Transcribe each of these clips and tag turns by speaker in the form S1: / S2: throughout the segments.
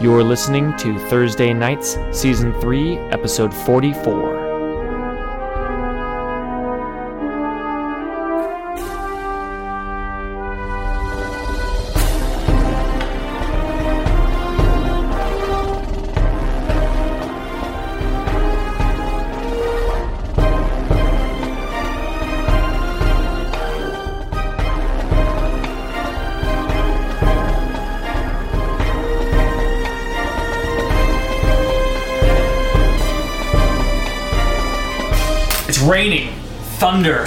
S1: You're listening to Thursday Nights, Season 3, Episode 44. It's raining, thunder.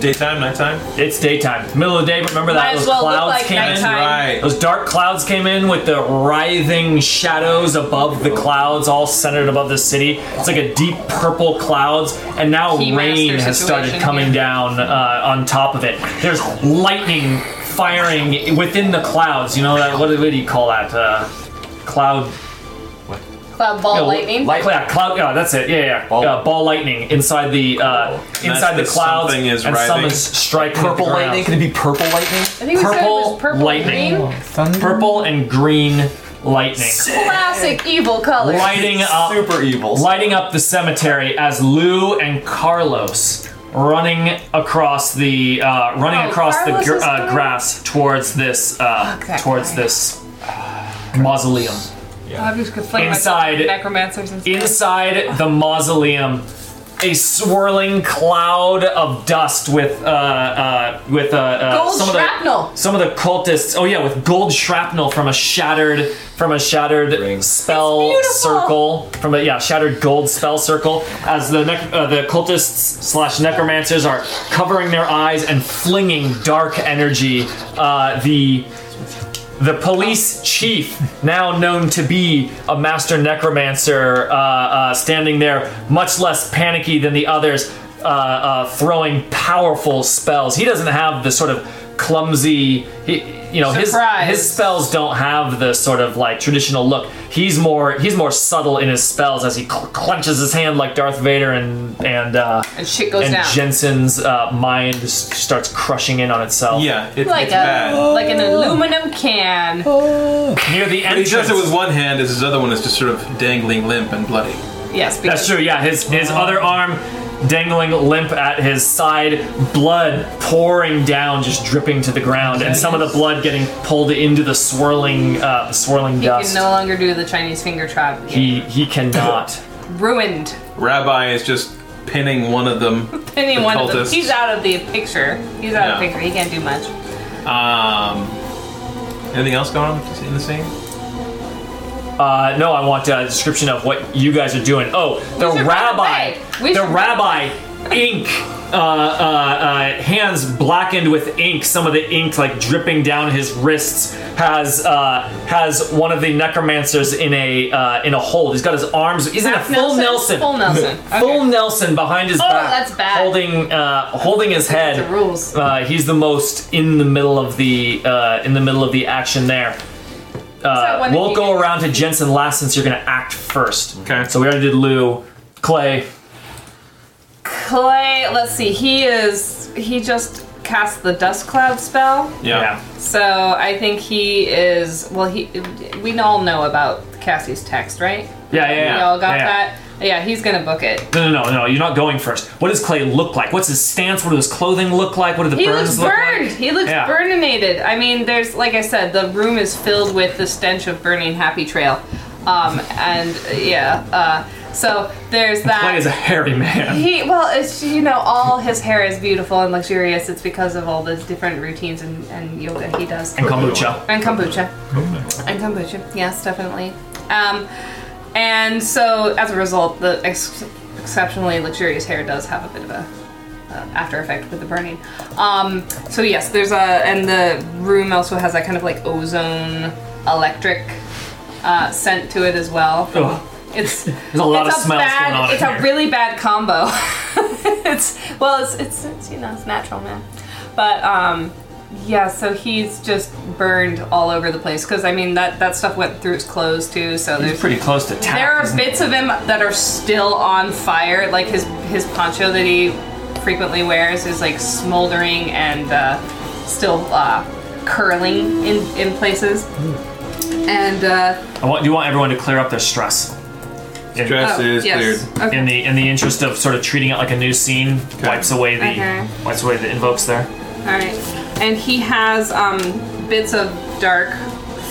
S2: Daytime, nighttime?
S1: It's daytime. Middle of the day, remember
S3: Might
S1: that?
S3: as
S1: Those
S3: well look
S1: clouds
S3: like
S1: came
S3: nighttime.
S1: in.
S2: Right.
S1: Those dark clouds came in with the writhing shadows above the clouds, all centered above the city. It's like a deep purple clouds, and now
S3: Keymaster
S1: rain has
S3: situation
S1: started coming
S3: here.
S1: down uh, on top of it. There's lightning firing within the clouds. You know that? What, what do you call that? Uh, cloud
S3: Cloud Uh, ball
S1: No,
S3: lightning.
S2: light-
S1: Oh, yeah, cloud. Yeah, that's it. Yeah, yeah. Ball,
S2: Ball.
S1: uh, ball lightning inside the uh, inside the
S2: the
S1: clouds,
S2: something is
S1: and
S2: writhing.
S1: some is striking
S4: Purple
S1: the ground.
S4: lightning? Could it be purple lightning?
S3: I think we said it
S1: purple
S3: was purple
S1: lightning.
S3: green.
S1: Purple and green lightning,
S3: Classic evil color.
S1: lighting
S2: uh,
S1: up,
S4: Super evil.
S1: lighting up the cemetery as Lou and Carlos running across the uh, running
S3: Oh,
S1: across
S3: Carlos
S1: the
S3: is
S1: gr- uh,
S3: gone.
S1: grass towards this uh,
S3: Fuck that
S1: towards
S3: guy.
S1: this mausoleum.
S3: I'm just gonna fling
S1: Inside-
S3: myself with necromancers and stuff.
S1: inside the mausoleum, a swirling cloud of dust with uh, uh, with uh, uh,
S3: Gold
S1: some
S3: shrapnel.
S1: of the some of the cultists. Oh yeah, with gold shrapnel from a shattered from a shattered spell
S3: It's beautiful.
S1: circle from a yeah shattered gold spell circle. As the nec- uh, the cultists slash necromancers are covering their eyes and flinging dark energy, uh, the the police chief, now known to be a master necromancer, uh, uh, standing there, much less panicky than the others, uh, uh, throwing powerful spells. He doesn't have the sort of clumsy, he, you know, his,
S3: Surprise.
S1: his spells don't have the sort of like traditional look. He's more he's more subtle in his spells as he cl- clenches his hand like Darth Vader and and uh,
S3: and shit goes
S1: and
S3: down.
S1: Jensen's uh, mind s- starts crushing in on itself.
S2: Yeah, it,
S3: like a
S2: it's bad.
S3: like an aluminum can.
S1: near the
S2: But he
S1: entrance.
S2: does it with one hand as his other one is just sort of dangling limp and bloody.
S3: Yes, because
S1: That's true. Yeah, his his other arm dangling limp at his side, blood pouring down, just dripping to the ground, and some of the blood getting pulled into the swirling uh, the swirling
S3: He
S1: dust.
S3: can no longer do the Chinese finger trap.
S1: he he cannot.
S3: Ruined
S2: Rabbi is just pinning one of them.
S3: any
S2: The
S3: one of them.
S2: cultists.
S3: He's out of the picture. He's out of the
S2: Yeah.
S3: picture. He can't do much.
S2: Um, anything else going on in the scene?
S1: Uh, no, I want a description of what you guys are doing. Oh, the
S3: should run
S1: rabbi,
S3: away. We
S1: the
S3: should-
S1: rabbi, ink, uh, uh, uh, hands blackened with ink. Some of the ink like dripping down his wrists. Has uh, has one of the necromancers in a uh, in a hold. He's got his arms. He's in a
S3: Half
S1: full Nelson.
S3: Full Nelson. Okay.
S1: Full Nelson behind his
S3: Oh,
S1: back,
S3: that's bad.
S1: holding uh, holding his head.
S3: the rules.
S1: Uh, he's the most in the middle of the uh, in the middle of the action there.
S3: that
S1: Uh,
S3: one that
S1: we'll
S3: you
S1: go
S3: did?
S1: around to Jensen last since you're gonna act first.
S2: Okay.
S1: So we already did Lou, Clay.
S3: Clay, let's see. He is. He just cast the dust cloud spell.
S2: Yeah.
S3: So I think he is. Well, he. We all know about Cassie's text, right?
S1: Yeah, yeah, yeah.
S3: We all
S1: yeah,
S3: got
S1: yeah.
S3: that. Yeah, he's gonna book it.
S1: No, no, no, no. You're not going first. What does Clay look like? What's his stance? What do his clothing look like? What do the
S3: He
S1: burns
S3: looks
S1: look
S3: burned.
S1: like?
S3: He looks
S1: Yeah.
S3: burninated. I mean, there's like I said, the room is filled with the stench of burning Happy Trail, um, and yeah. Uh, so there's that.
S1: Clay is a hairy man.
S3: He well, it's you know, all his hair is beautiful and luxurious. It's because of all the different routines and, and yoga he does.
S1: And kombucha.
S3: And kombucha. And kombucha. Yes, definitely. Um, and so as a result, the ex- exceptionally luxurious hair does have a bit of a uh, after effect with the burning. Um, so yes, there's a and the room also has that kind of like ozone electric uh, scent to it as well.
S1: Ugh.
S3: It's
S1: There's a lot
S3: it's
S1: of smells
S3: bad,
S1: going on
S3: It's
S1: in
S3: a
S1: here.
S3: really bad combo. it's well, it's, it's it's you know it's natural, man. But um, yeah. So he's just burned all over the place because I mean that that stuff went through his clothes too. So
S1: He's
S3: there's
S1: pretty close to tap.
S3: there are
S1: isn't he?
S3: bits of him that are still on fire. Like his his poncho that he frequently wears is like smoldering and uh, still uh, curling in in places. And uh,
S1: I want, you want everyone to clear up their stress. In,
S2: Stress
S3: oh,
S2: is
S3: yes.
S2: cleared.
S3: Okay.
S1: in the in the interest of sort of treating it like a new scene, wipes away the
S3: Okay.
S1: wipes away the invokes there.
S3: All right. And he has um, bits of dark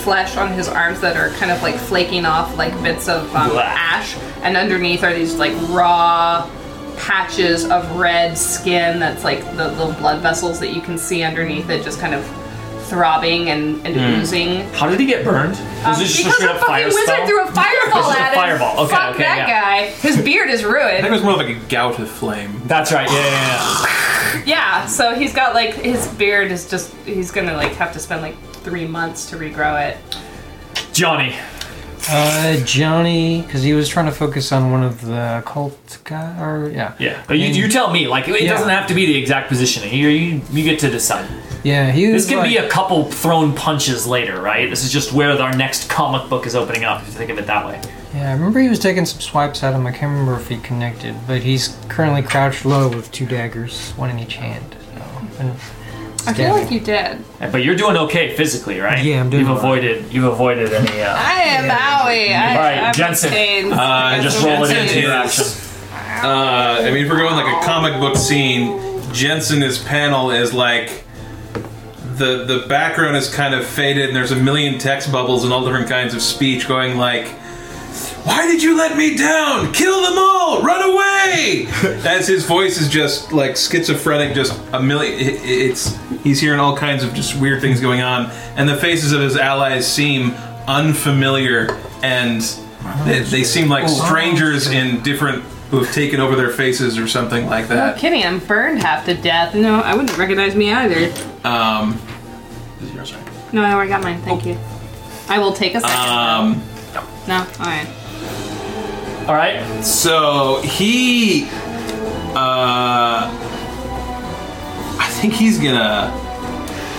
S3: flesh on his arms that are kind of like flaking off like bits of um,
S1: Blah.
S3: ash, and underneath are these like raw patches of red skin that's like the little blood vessels that you can see underneath it just kind of throbbing and, and oozing.
S1: How did he get burned?
S3: Um,
S1: Was it Hmm. just a
S3: because
S1: straight
S3: a
S1: up
S3: fucking
S1: fire
S3: wizard
S1: spell?
S3: threw a
S1: This
S3: fireball
S1: is a
S3: at him.
S1: fireball. Okay,
S3: Fuck
S1: okay,
S3: that
S1: yeah.
S3: guy. His beard
S2: I
S3: is
S2: think it
S3: ruined.
S2: was more like a gout of flame.
S1: That's right. Yeah, yeah,
S3: Yeah, so he's got like his beard is just he's gonna like have to spend like three months to regrow it.
S1: yeah. Johnny.
S4: Uh, Johnny, because he was trying to focus on one of the cult guy, or yeah,
S1: Yeah. But you, you tell me. Like it
S4: Yeah.
S1: doesn't have to be the exact positioning. You you, you get to decide.
S4: yeah. He was
S1: This can
S4: like,
S1: be a couple thrown punches later, right? This is just where our next comic book is opening up. If you think of it that way.
S4: yeah. I remember he was taking some swipes at him. I can't remember if he connected, but he's currently crouched low with two daggers, one in each hand. So, and
S3: I feel like you did.
S1: But you're doing okay physically, right?
S4: Yeah, I'm doing
S1: You've
S4: all right.
S1: avoided you've avoided any. Uh,
S3: I am Howie. I,
S1: All right,
S3: I'm
S1: Jensen.
S3: insane.
S2: Uh,
S1: just roll it
S2: Jensen
S1: into your
S2: is-
S1: action.
S2: Uh, I mean, if we're going like a comic book scene, Jensen, his panel is like the the background is kind of faded, and there's a million text bubbles and all different kinds of speech going like. Why did you let me down? Kill them all! Run away! As his voice is just like schizophrenic, just a million. It, it's he's hearing all kinds of just weird things going on, and the faces of his allies seem unfamiliar, and they, they seem like strangers in different who have taken over their faces or something like
S3: No
S2: that.
S3: kidding, I'm burned half to death. No, I wouldn't recognize me either.
S2: Um,
S3: No, I already got mine. Thank you. I will take a
S1: Uh,
S3: second.
S2: um,
S3: no, all right.
S1: All right.
S2: So he, uh, I think he's gonna.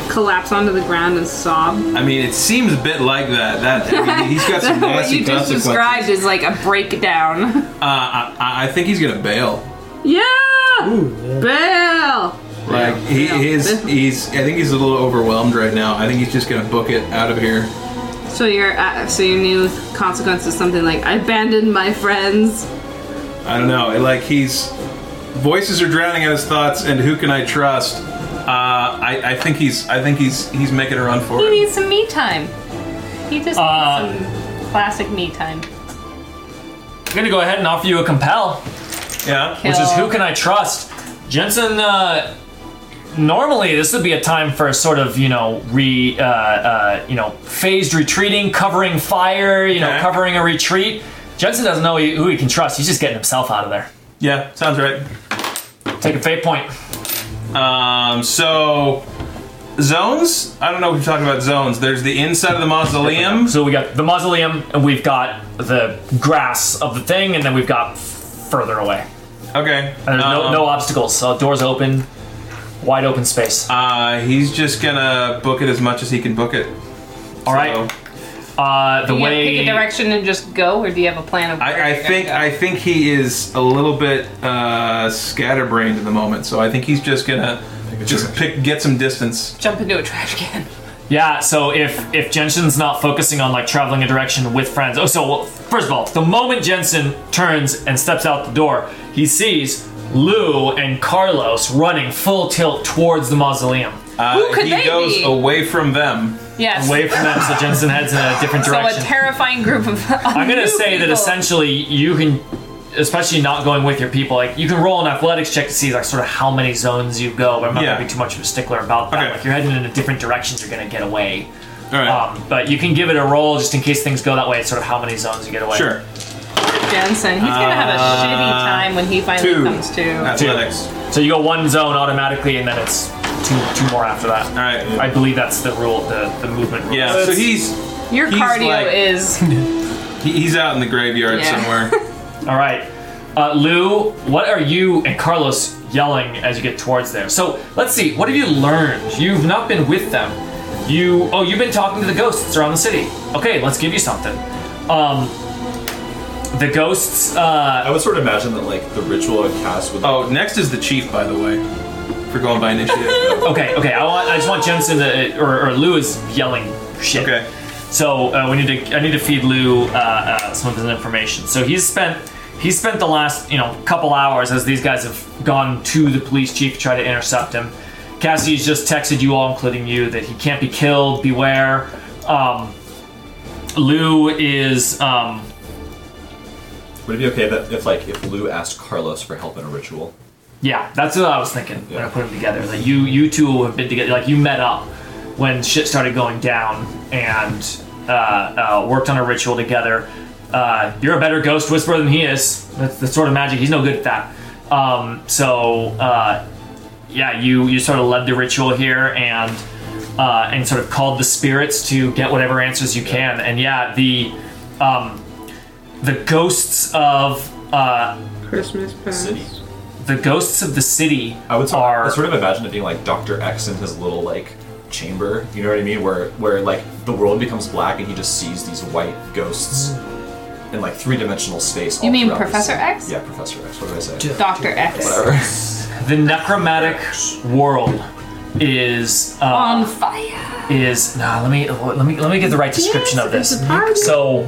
S3: Collapse onto the ground and sob.
S2: I mean, it seems a bit like that. That I mean, he's got some
S3: what
S2: nasty
S3: you just
S2: consequences.
S3: described is like a breakdown.
S2: Uh, I, I- I think he's gonna bail.
S3: yeah, Bill.
S2: Like he
S3: Yeah.
S2: is, he's. I think he's a little overwhelmed right now. I think he's just gonna book it out of here.
S3: So your uh, so your new consequence is something like I abandoned my friends.
S2: I don't know. Like he's voices are drowning out his thoughts, and who can I trust? Uh, I, I think he's. I think he's. He's making a run for
S3: He
S2: it.
S3: needs some me time. He just
S1: Uh,
S3: needs some classic me time.
S1: I'm gonna go ahead and offer you a compel.
S2: Yeah.
S1: which is
S3: Kill.
S1: who can I trust? Jensen. Uh, normally, this would be a time for a sort of you know re uh, uh, you know phased retreating, covering fire, you know,
S2: Okay.
S1: covering a retreat. Jensen doesn't know who he can trust. He's just getting himself out of there.
S2: Yeah. Sounds right.
S1: Take a fate point.
S2: Um, so zones. I don't know. if We're talking about zones. There's the inside of the mausoleum.
S1: So we got the mausoleum, and we've got the grass of the thing, and then we've got f- further away.
S2: Okay.
S1: And there's no,
S2: Um,
S1: no obstacles. So doors open, wide open space.
S2: Uh, he's just gonna book it as much as he can book it.
S1: All right. uh, the
S3: Do you
S1: way
S3: pick a direction and just go, or do you have a plan of? where
S2: I, I
S3: you're gonna
S2: think
S3: go?
S2: I think he is a little bit uh, scatterbrained at the moment, so I think he's just gonna just pick get some distance.
S3: jump into a trash can.
S1: Yeah, so if if Jensen's not focusing on like traveling a direction with friends. Oh, so well, first of all, the moment Jensen turns and steps out the door, he sees Lou and Carlos running full tilt towards the mausoleum.
S2: Uh,
S3: Who could
S2: he
S3: they
S2: goes
S3: be?
S2: away from them.
S3: Yes.
S1: Away from them, so Jensen heads in a different
S3: so a
S1: direction.
S3: terrifying group of.
S1: I'm gonna say that essentially you can, especially not going with your people, like you can roll an athletics check to see like sort of how many zones you go. But I'm not
S2: Yeah.
S1: gonna be too much of a stickler about that.
S2: Okay.
S1: Like you're heading in a different direction, you're gonna get away.
S2: All right.
S1: Um, but you can give it a roll just in case things go that way. It's sort of how many zones you get away.
S2: sure.
S3: Jensen, he's gonna have a shitty
S2: Uh,
S3: time when he finally
S2: Two. Uh,
S3: comes to.
S2: Athletics.
S1: So you go one zone automatically, and then it's two two more after that.
S2: All right.
S1: I believe that's the rule, the, the movement rule.
S2: Yeah. So he's
S3: Your
S2: He's
S3: cardio
S2: like-
S3: is.
S2: he- he's out in the graveyard
S3: Yeah.
S2: somewhere.
S1: All right. Uh, Lou, what are you and Carlos yelling as you get towards there? So let's see. What have you learned? You've not been with them. You oh, you've been talking to the ghosts around the city. Okay, let's give you something. Um, the ghosts. Uh,
S5: I would sort of imagine that like the ritual of cast would.
S2: oh, next is the chief, by the way. For going by initiative.
S1: okay, okay. I want. I just want Jensen to, or, or Lou is yelling shit.
S2: okay.
S1: So uh, we need to. I need to feed Lou uh, uh, some of his information. So he's spent. He spent the last you know couple hours as these guys have gone to the police chief to try to intercept him. Cassie's just texted you all, including you, that he can't be killed. Beware. Um, Lou is. Um,
S5: Would it be okay that if like if Lou asked Carlos for help in a ritual?
S1: Yeah, that's what I was thinking when I
S5: Yeah.
S1: put them together. Like you, you two have been together. Like you met up when shit started going down and uh, uh, worked on a ritual together. Uh, you're a better ghost whisperer than he is. That's the sort of magic he's no good at that. Um, so uh, yeah, you you sort of led the ritual here and uh, and sort of called the spirits to get whatever answers you can. And yeah, the um, the ghosts of uh,
S6: Christmas past.
S5: City.
S1: the ghosts of the city
S5: I would sort,
S1: are
S5: I sort of imagine it being like Doctor X in his little like chamber. You know what I mean? Where where like the world becomes black and he just sees these white ghosts in like three dimensional space. all
S3: You mean
S5: throughout the
S3: Professor
S5: city.
S3: X?
S5: Yeah, Professor X. What did I say?
S3: Doctor X
S5: Whatever.
S1: the necromantic world is uh,
S3: on fire.
S1: is nah, let me let me let me get the right description of
S6: Yes,
S1: this.
S6: it's a party.
S1: So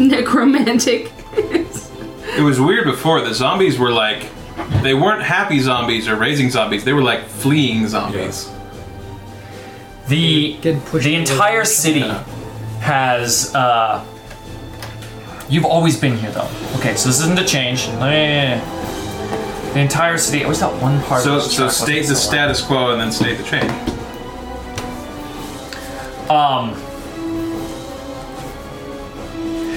S6: Necromantic.
S2: It was weird before. The zombies were like, they weren't happy zombies or raising zombies. They were like fleeing zombies.
S1: the
S4: Get pushed
S1: the
S4: into
S1: entire
S4: the-
S1: city has uh, you've always been here though. Okay, so this isn't a change. Eh. The entire city. I always thought one part.
S2: So,
S1: of this
S2: so
S1: track
S2: state the
S1: wasn't so loud.
S2: status quo and then state the change.
S1: Um.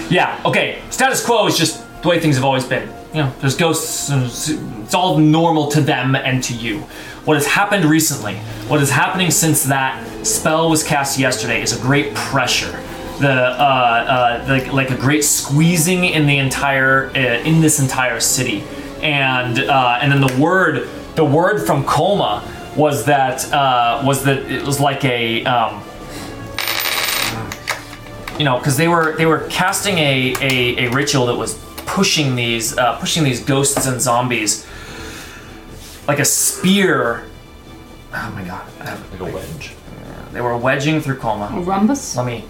S1: Yeah. Okay. Status quo is just the way things have always been. You know, there's ghosts, and it's, it's all normal to them and to you. What has happened recently, what is happening since that spell was cast yesterday, is a great pressure. The uh, uh, like like a great squeezing in the entire uh, in this entire city, and uh, and then the word the word from Coma was that uh, was that it was like a. Um, you know, because they were they were casting a, a, a ritual that was pushing these uh, pushing these ghosts and zombies like a spear. Oh my god! I have-
S5: Like a wedge.
S1: They were wedging through coma.
S3: Rumbus.
S1: Let me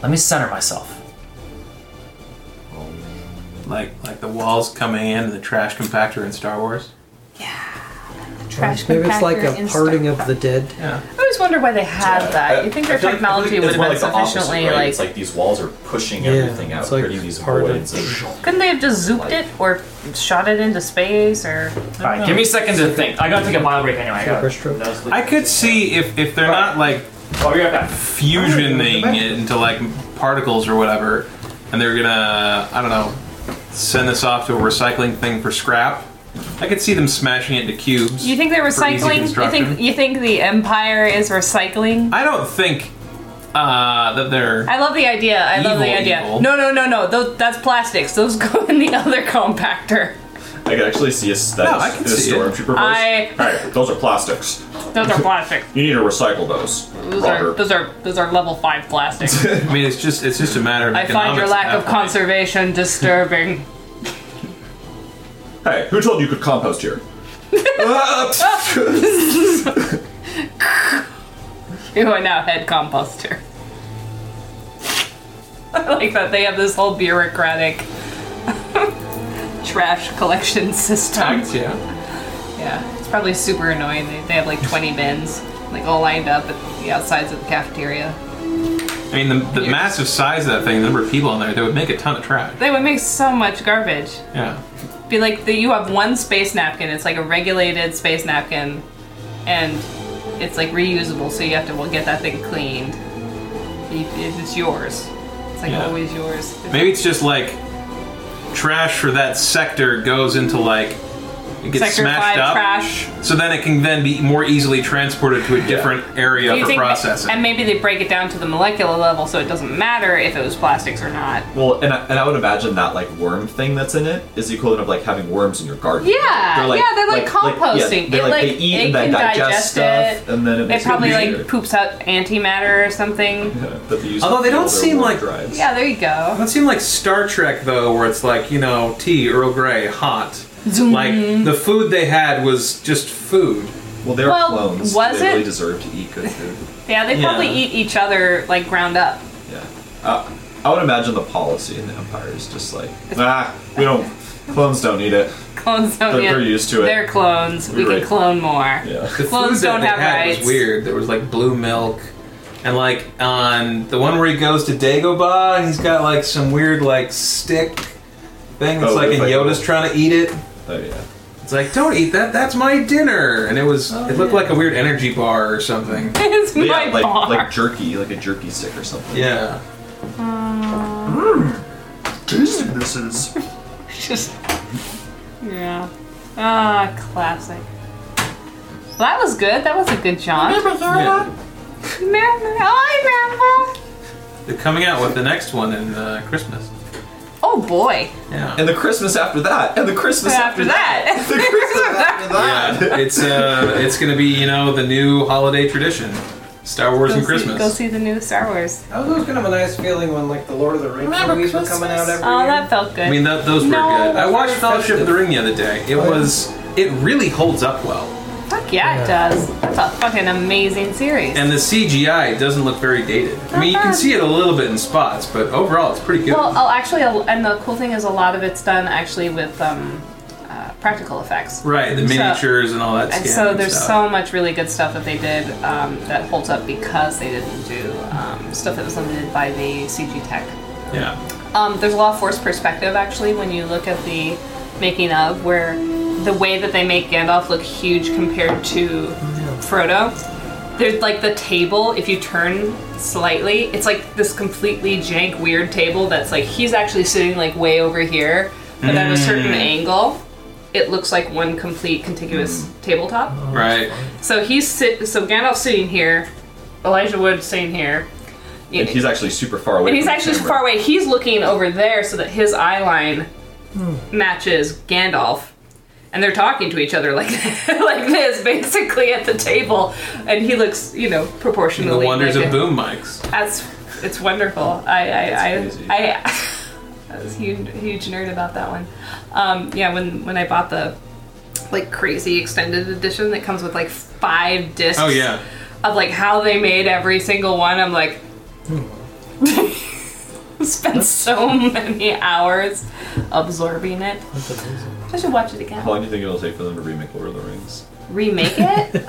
S1: let me center myself.
S2: Like, like the walls coming in and the trash compactor in Star Wars.
S3: Trash
S4: Maybe it's like
S3: compactor
S4: a
S3: and
S4: parting
S3: stuff.
S4: of the dead.
S2: Yeah.
S3: I always wonder why they had that. You think
S5: Uh,
S3: their
S5: I feel like- I feel like
S3: technology
S5: it's
S3: would have
S5: more
S3: been
S5: like the opposite,
S3: sufficiently
S5: right?
S3: like?
S5: It's like these walls are pushing
S4: Yeah,
S5: everything out,
S4: it's like
S5: creating these
S4: part of-
S5: voids. and-
S3: Couldn't they have just zooped it or shot it into space or?
S1: All right, give me a second to think. I gotta take a mile break anyway. I gotta-
S4: Breaststroke.
S1: That was the-
S2: I could see if if they're not like
S1: I'll be right back.
S2: fusioning it into like particles or whatever, and they're gonna I don't know send this off to a recycling thing for scrap. I could see them smashing it into cubes.
S3: You think they're
S2: for easy
S3: recycling? You
S2: construction.
S3: think you think the Empire is recycling?
S2: I don't think uh, that they're.
S3: I love the idea. I love the
S2: Evil,
S3: idea.
S2: evil.
S3: No, no, no, no. Those, that's plastics. Those go in the other compactor.
S5: I could actually see a, that
S2: No,
S5: is-
S2: I can
S5: is
S2: see it.
S5: stormtrooper voice.
S3: I-
S5: Hey, those are plastics.
S3: Those are plastics.
S5: You need to recycle those.
S3: Those
S5: Robert.
S3: are those are those are level five plastics.
S2: I mean, it's just it's just a matter of.
S3: I find your
S2: economics
S3: lack
S2: at
S3: of
S2: that point.
S3: conservation disturbing.
S5: Hey, who told you could compost here?
S3: Who are now head composter. I like that they have this whole bureaucratic trash collection system.
S2: Tax, yeah.
S3: Yeah, it's probably super annoying. They, they have like 20 bins, like all lined up at the outsides of the cafeteria.
S2: I mean, the, the massive size of that thing, the number of people in there, they would make a ton of trash.
S3: They would make so much garbage.
S2: Yeah.
S3: Be like that you have one space napkin. It's like a regulated space napkin, and it's like reusable. So you have to well, get that thing cleaned. You- It's yours. It's like
S2: Yeah.
S3: always yours.
S2: Maybe it's just like trash for that sector goes into like it gets
S3: Sector
S2: smashed
S3: five
S2: up,
S3: trash.
S2: so then it can then be more easily transported to a different area
S3: Do you
S2: for
S3: think-
S2: processing.
S3: and maybe they break it down to the molecular level, so it doesn't matter if it was plastics or not.
S5: Well, and I, and I would imagine that like worm thing that's in it is the equivalent of like having worms in your garden.
S3: Yeah, yeah, they're like composting.
S5: they
S3: It,
S5: like, they
S3: like,
S5: eat
S3: it
S5: and then
S3: can
S5: digest,
S3: digest
S5: stuff, and then it
S3: It
S5: makes
S3: probably like
S5: easier.
S3: poops out antimatter or something.
S5: Yeah, that they use
S2: Although
S5: to
S2: they don't
S5: fuel their
S2: seem
S5: worm
S2: like-
S5: drives.
S3: Yeah, there you go.
S2: That seemed like Star Trek though, where it's like you know tea, Earl Grey, hot. Like the food they had was just food.
S5: Well, they're
S3: Well,
S5: clones.
S3: was
S5: they
S3: it-
S5: really deserve to eat good food.
S3: Yeah, they probably
S5: Yeah.
S3: eat each other like ground up.
S5: Yeah. Uh, I would imagine the policy in the Empire is just like, ah, we don't, clones don't need it.
S3: Clones don't.
S5: They're-
S3: yeah,
S5: they're used to it.
S3: They're clones. We
S5: You're
S3: can
S5: right.
S3: clone more.
S5: Yeah.
S2: The
S3: Clones
S2: food that
S3: don't
S2: they
S3: have
S2: had
S3: rights.
S2: was weird. There was like blue milk, and like on the one where he goes to Dagobah, he's got like some weird like stick thing that's
S5: Oh,
S2: like and
S5: with, like,
S2: Yoda's trying to eat it.
S5: Oh, yeah.
S2: It's like don't eat that. That's my dinner. And it was
S3: Oh,
S2: it looked
S5: yeah.
S2: like a weird energy bar or something.
S3: it's
S5: But
S3: my
S5: yeah, like,
S3: bar.
S5: like jerky, like a jerky stick or something.
S2: Yeah.
S5: This is.
S3: Just yeah. Ah, classic. Well, that was good. That was a good jaunt.
S2: yeah.
S3: Remember? Oh, I remember.
S2: They're coming out with the next one in uh, Christmas.
S3: Oh boy.
S2: Yeah.
S5: And the Christmas after that, and the Christmas after,
S3: After that.
S5: The Christmas after that.
S2: Yeah, it's uh, it's gonna be you know the new holiday tradition, Star Wars and
S3: Go see,
S2: Christmas.
S3: go see the new Star Wars.
S4: That was always kind of a nice feeling when like the Lord of the Rings movies were coming out every
S3: Oh,
S4: year.
S3: that felt good.
S2: I mean, th- those were
S3: No,
S2: good. I
S3: those
S2: watched
S4: were
S2: Fellowship of
S4: festive.
S2: the Ring the other day. It
S4: Oh, yeah.
S2: was, it really holds up well.
S3: Fuck yeah, it
S4: Yeah.
S3: does. That's a fucking amazing series.
S2: And the CGI doesn't look very dated. I mean, you can
S3: bad.
S2: see it a little bit in spots, but overall, it's pretty good.
S3: Uh-huh. well, oh, actually, a- and the cool thing is a lot of it's done actually with um, uh, practical effects.
S2: right, the
S3: so-
S2: miniatures and all that
S3: And
S2: scanning
S3: so there's
S2: stuff.
S3: so much really good stuff that they did um, that holds up because they didn't do um, stuff that was limited by the CG tech.
S2: Yeah.
S3: Um, there's a lot of forced perspective actually when you look at the making of where the way that they make Gandalf look huge compared to Frodo. There's like the table, if you turn slightly, it's like this completely jank, weird table that's like he's actually sitting like way over here, but at a certain angle, it looks like one complete contiguous tabletop.
S2: Right.
S3: So he's sit. So Gandalf's sitting here. Elijah Wood's sitting here.
S5: And he's actually super far away.
S3: And he's
S5: from the
S3: actually
S5: camera.
S3: far away. He's looking over there so that his eye line
S2: Hmm.
S3: matches Gandalf. And they're talking to each other like like this, basically at the table. And he looks, you know,
S2: The
S3: proportionally.
S2: wonders
S3: like
S2: of
S3: a-
S2: boom mics.
S3: That's it's wonderful. I I I,
S5: crazy.
S3: I, I was huge huge nerd about that one. Um, yeah, when when I bought the like crazy extended edition that comes with like five discs
S2: Oh, yeah.
S3: of like how they made every single one. I'm like, spent so many hours absorbing it. I should watch it
S5: How
S3: again.
S5: long do you think it'll take for them to remake Lord of the Rings?
S3: Remake it?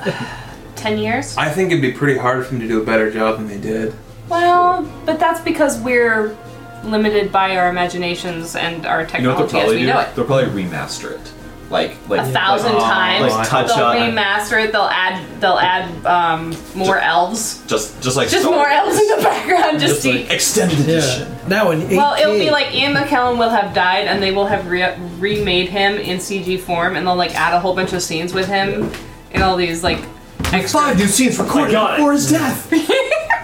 S3: Ten years?
S2: I think it'd be pretty hard for them to do a better job than they did.
S3: Well, but that's because we're limited by our imaginations and our
S5: You know what
S3: technology as
S5: they'll probably
S3: Oh, we
S5: do?
S3: know it.
S5: They'll probably remaster it. Like, like
S3: A thousand
S5: like,
S3: times.
S5: Oh, like touch
S3: they'll
S5: up.
S3: remaster it. They'll add. They'll add um, more elves.
S5: Just, just like
S3: Just
S5: Star
S3: more
S5: Wars.
S3: elves in the background. Just,
S5: Just
S3: to
S5: like extended edition.
S6: Now in 8K.
S3: Well, it'll be like Ian McKellen will have died, and they will have re- remade him in CG form, and they'll like add a whole bunch of scenes with him and all these like extra.
S6: Five new scenes recorded
S1: got it.
S6: before his death.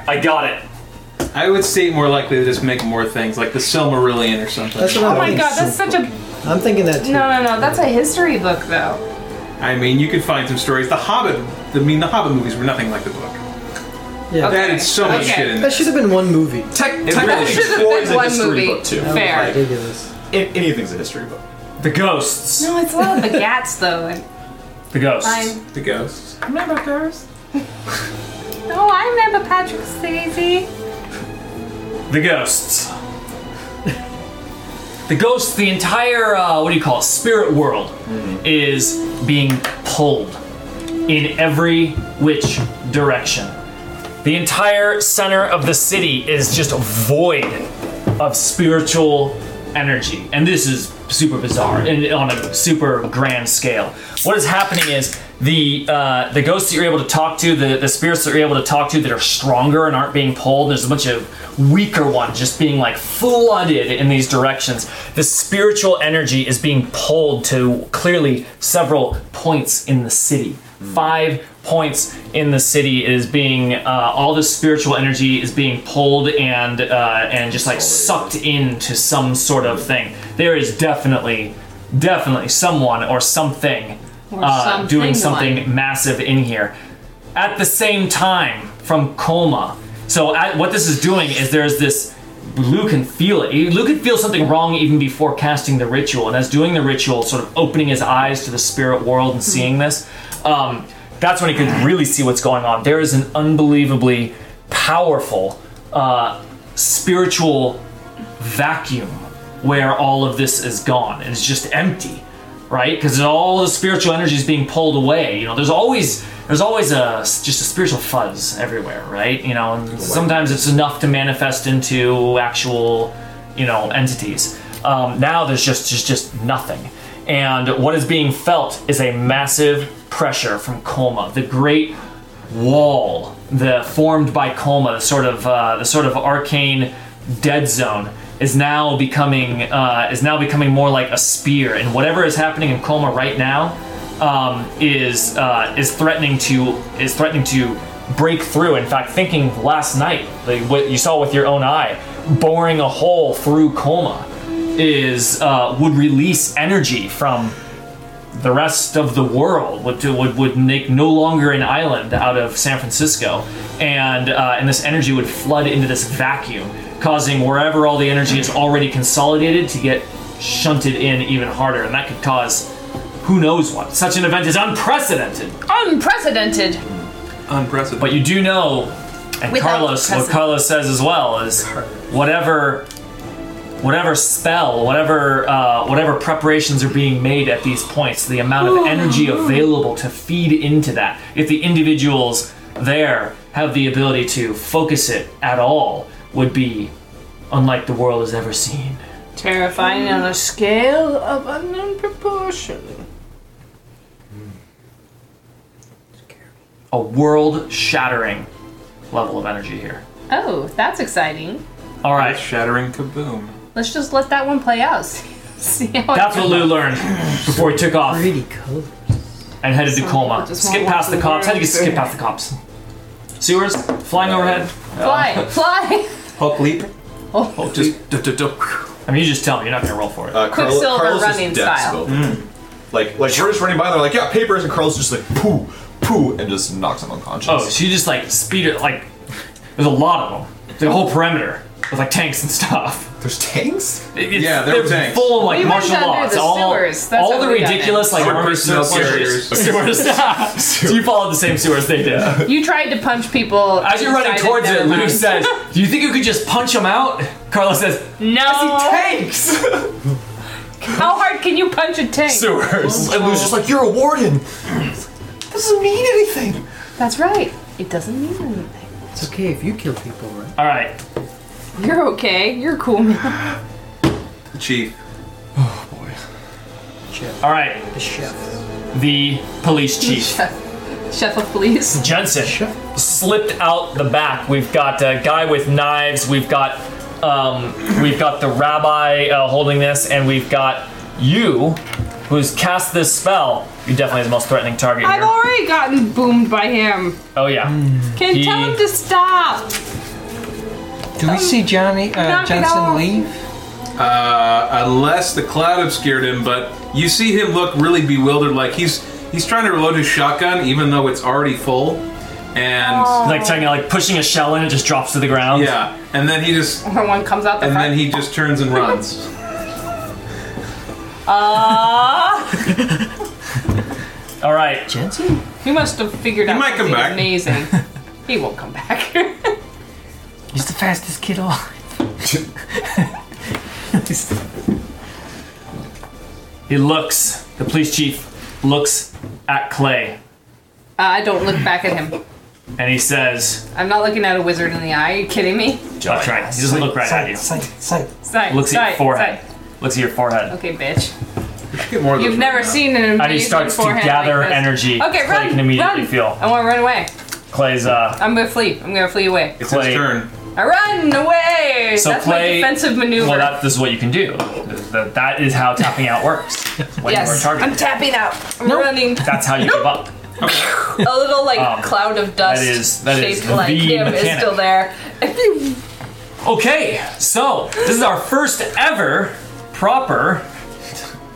S1: I got it.
S2: I would say more likely to just make more things, like the Silmarillion or something.
S6: That's what
S3: Oh
S6: I'm
S3: my
S6: thinking.
S3: god, that's such a no,
S6: I'm thinking that too.
S3: no, no. That's a history book though.
S2: I mean, you could find some stories. The Hobbit, I mean, the Hobbit movies were nothing like the book.
S6: Yeah.
S2: They added so much
S3: Okay.
S2: shit in there.
S6: That should have been one movie.
S5: Tech,
S2: It
S5: technically
S2: really
S3: should've
S5: Explore is
S3: been
S5: a
S3: one
S5: history
S3: movie.
S5: book too.
S6: That was
S3: Fair.
S6: ridiculous.
S5: An- anything's a history book.
S1: The ghosts.
S3: No, it's a lot of bagats though. And
S1: The ghosts.
S3: fine.
S2: The ghosts.
S3: Remember girls? no, Oh, I remember Patrick Swayze.
S1: The ghosts. the ghosts, the entire, uh, what do you call it, spirit world is being pulled in every which direction. The entire center of the city is just void of spiritual energy. And this is super bizarre and on a super grand scale. What is happening is the uh, the ghosts that you're able to talk to, the, the spirits that you're able to talk to that are stronger and aren't being pulled, there's a bunch of weaker ones just being like flooded in these directions. The spiritual energy is being pulled to clearly several points in the city five points in the city is being uh, all this spiritual energy is being pulled and uh, and just like sucked into some sort of thing. There is definitely, definitely someone or something, uh,
S3: something
S1: doing something massive in here. At the same time, from coma. So at, what this is doing is there's this. Lou can feel it. He- Lou can feel something wrong even before casting the ritual, and as doing the ritual, sort of opening his eyes to the spirit world and seeing this. Um, that's when he could really see what's going on. There is an unbelievably powerful uh, spiritual vacuum where all of this is gone and it's just empty right because all the spiritual energy is being pulled away you know there's always there's always a just a spiritual fuzz everywhere right you know and sometimes it's enough to manifest into actual you know entities um, now there's just just just nothing and what is being felt is a massive pressure from coma the great wall the formed by coma the sort of uh, the sort of arcane dead zone is now becoming uh, is now becoming more like a spear and whatever is happening in coma right now um, is uh, is threatening to is threatening to break through in fact thinking last night like what you saw with your own eye boring a hole through coma is uh, would release energy from the rest of the world would, do, would, would make no longer an island out of San Francisco. And, uh, and this energy would flood into this vacuum, causing wherever all the energy is already consolidated to get shunted in even harder. And that could cause who knows what. Such an event is unprecedented.
S3: Unprecedented.
S2: Unprecedented.
S1: But you do know, and
S3: Without
S1: Carlos, what
S3: precedent.
S1: Carlos says as well is whatever, whatever spell, whatever, uh, whatever preparations are being made at these points, the amount of energy available to feed into that, if the individuals there have the ability to focus it at all, would be unlike the world has ever seen.
S3: Terrifying on a scale of unknown proportion.
S1: A world-shattering level of energy here.
S3: Oh, that's exciting.
S1: All right,
S2: Shattering kaboom.
S3: Let's just let that one play out. See how it
S1: that's what
S3: goes.
S1: Lou learned before he took off.
S6: Pretty colors.
S1: and headed to
S3: Some
S1: Colma.
S3: people just
S1: Skip
S3: won't
S1: past
S3: walk
S1: the cops. How do you
S3: through.
S1: skip past the cops? Sewers flying overhead.
S3: Fly, fly.
S2: Hulk leap.
S3: Oh,
S2: Just. duh, duh, duh.
S1: I mean, you just tell me. You're not gonna roll for it.
S5: Uh, Carl-
S3: Quicksilver
S5: Carlos just
S3: running
S5: death
S3: style.
S5: spelled it. Like, like we're just running by, they're like, yeah, papers, and Carlos just like, poo, poo, and just knocks him unconscious.
S1: oh, she just like speed it. Like there's a lot of them. The whole perimeter with like tanks and stuff.
S5: There's tanks?
S1: It- it's-
S2: Yeah, there
S1: they're
S2: were tanks.
S1: full of like
S3: We went
S1: martial
S3: under
S1: law. It's
S3: the
S1: all
S3: sewers. That's
S1: all
S3: what
S1: the
S3: we got in.
S1: ridiculous like
S2: Sewer
S1: armored
S2: personnel
S1: sewers.
S2: carriers.
S1: Sewers. so you followed the same sewers they did.
S3: You tried to punch people.
S1: As you're
S3: you
S1: running
S3: decided
S1: towards
S3: never
S1: it, Lou
S3: mind.
S1: says, "Do you think you could just punch them out?" Carlos says,
S3: "No."
S1: "Tanks."
S3: How hard can you punch a tank?
S5: Sewers. And Lou's just like, you're a warden. doesn't mean anything.
S3: That's right. It doesn't mean anything.
S6: It's okay if you kill people, right?
S1: All right.
S3: You're okay. You're cool. man.
S2: Chief.
S1: All right.
S6: The chef.
S1: The police chief.
S3: Chef, chef of police.
S1: Jensen slipped out the back. We've got a guy with knives. We've got um, we've got the rabbi uh, holding this, and we've got you, who's cast this spell. You're definitely the most threatening target
S3: I've
S1: here.
S3: already gotten boomed by him.
S1: Oh yeah.
S3: Can
S1: He-
S3: tell him to stop.
S4: Do we see Johnny uh,
S3: knock it
S4: Jensen
S3: off.
S4: leave?
S2: Uh, unless the cloud obscured him, but you see him look really bewildered, like he's he's trying to reload his shotgun, even though it's already full. And
S3: Oh.
S1: Like trying to like pushing a shell in, it just drops to the ground.
S2: yeah, and then he just
S3: Or one comes out the
S2: and
S3: front.
S2: then he just turns and runs.
S3: Ah!
S1: All right.
S6: Jensen?
S3: he must have figured out.
S2: might come
S3: something
S2: back.
S3: Amazing. he won't come back.
S4: He's the fastest kid alive.
S1: He looks. The police chief looks at Clay,
S3: Uh, I don't look back at him.
S1: and he says,
S3: I'm not looking at a wizard in the eye. Are you kidding me?
S1: "That's right." He doesn't look right at you.
S4: Sight, sight.
S3: Sight,
S1: Looks at
S3: sight,
S1: your forehead. Looks at your forehead.
S3: sight. Okay, bitch.
S2: Get more of those
S3: You've never
S2: right now.
S3: seen an amazing
S1: And he starts to
S3: forehand
S1: gather
S3: like this.
S1: energy.
S3: Okay,
S1: Clay
S3: run,
S1: can immediately
S3: run.
S1: feel.
S3: I want to run away.
S1: Clay's uh,
S3: I'm gonna flee. I'm gonna flee away.
S2: It's
S1: Clay.
S2: his turn.
S3: I run away.
S1: So
S3: That's
S1: Clay-
S3: my defensive maneuver.
S1: Well, that, this is what you can do. That, that is how tapping out works. When you are
S3: yes,
S1: targeted,
S3: I'm tapping out. I'm running.
S1: that's how you give up.
S3: A little like
S1: Um,
S3: cloud of dust
S1: that is- that is
S3: shaped
S1: the
S3: like him
S1: mechanic.
S3: is still there.
S1: Okay, so this is our first ever proper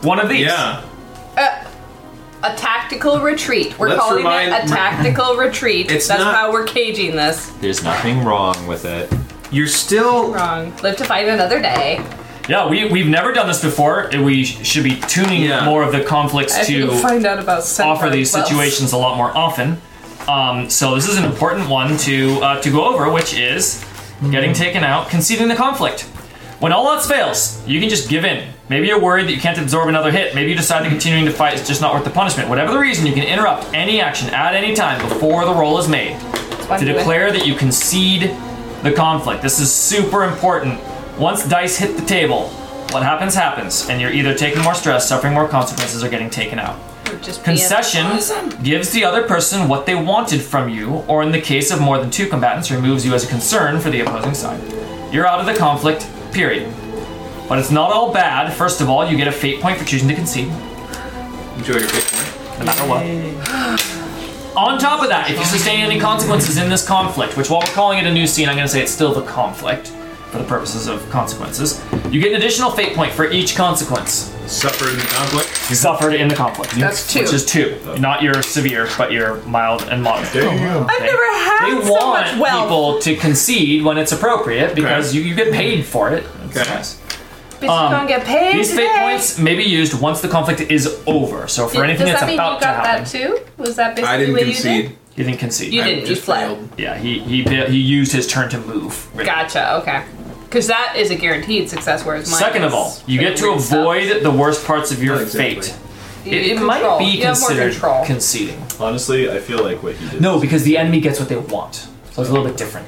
S1: one of these.
S2: Yeah,
S3: a tactical retreat. We're
S2: Let's
S3: calling
S2: remind-
S3: it a tactical retreat.
S2: It's
S3: That's
S2: not-
S3: how we're caging this.
S5: There's nothing wrong with it.
S2: you're still
S3: Wrong. Live to fight another day.
S7: Yeah, we, we've never done this before. We sh- should be tuning
S2: Yeah.
S7: more of the conflicts
S3: I
S7: to
S3: should find out about
S7: offer
S3: Centaur
S7: these
S3: Wells.
S7: situations a lot more often. Um, so this is an important one to uh, to go over, which is getting taken out, conceding the conflict. When all else fails, you can just give in. Maybe you're worried that you can't absorb another hit. Maybe you decide that continuing to fight is just not worth the punishment. Whatever the reason, you can interrupt any action at any time before the roll is made to declare that you concede the conflict. This is super important. Once dice hit the table, what happens happens, and you're either taking more stress, suffering more consequences, or getting taken out.
S8: Just be a-
S7: Concession gives the other person what they wanted from you, or in the case of more than two combatants, removes you as a concern for the opposing side. You're out of the conflict, period. But it's not all bad. First of all, you get a fate point for choosing to concede,
S2: Enjoy your fate point.
S7: no matter what. On top of that, if you sustain any consequences in this conflict, which while we're calling it a new scene, I'm going to say it's still the conflict for the purposes of consequences, you get an additional fate point for each consequence
S2: Suffer in the conflict.
S7: suffered in the conflict.
S3: That's two.
S7: Which is two. Not your severe, but your mild and moderate.
S5: There you go.
S3: I've
S7: They-
S3: never had
S7: They
S3: so
S7: want
S3: much wealth.
S7: people to concede when it's appropriate because
S2: Okay.
S7: you, you get paid for it. It's
S2: Okay.
S7: nice.
S8: Bitch, you
S7: Um,
S8: don't get paid
S7: These fate
S8: today.
S7: points may be used once the conflict is over. So for anything
S8: Does
S7: that's
S8: that mean you
S7: about
S8: got
S7: to happen,
S8: that too? Was that basically
S2: I didn't
S8: what you
S2: concede.
S8: did?
S7: he didn't concede.
S3: You
S2: I
S3: didn't. You
S2: just
S3: fled.
S2: failed.
S7: yeah, he, he bi- he used his turn to move. really.
S3: Gotcha. Okay. Because that is a guaranteed success, whereas mine
S7: Second of
S3: is
S7: all, you get to
S3: weird stuff.
S7: avoid the worst parts of your
S2: Not exactly.
S7: fate.
S3: You-
S7: It,
S3: you
S7: it might
S3: control.
S7: be
S3: You have more
S7: considered
S3: control.
S7: conceding.
S5: Honestly, I feel like what he did.
S7: No, because the enemy gets what they want. So it's a little bit different.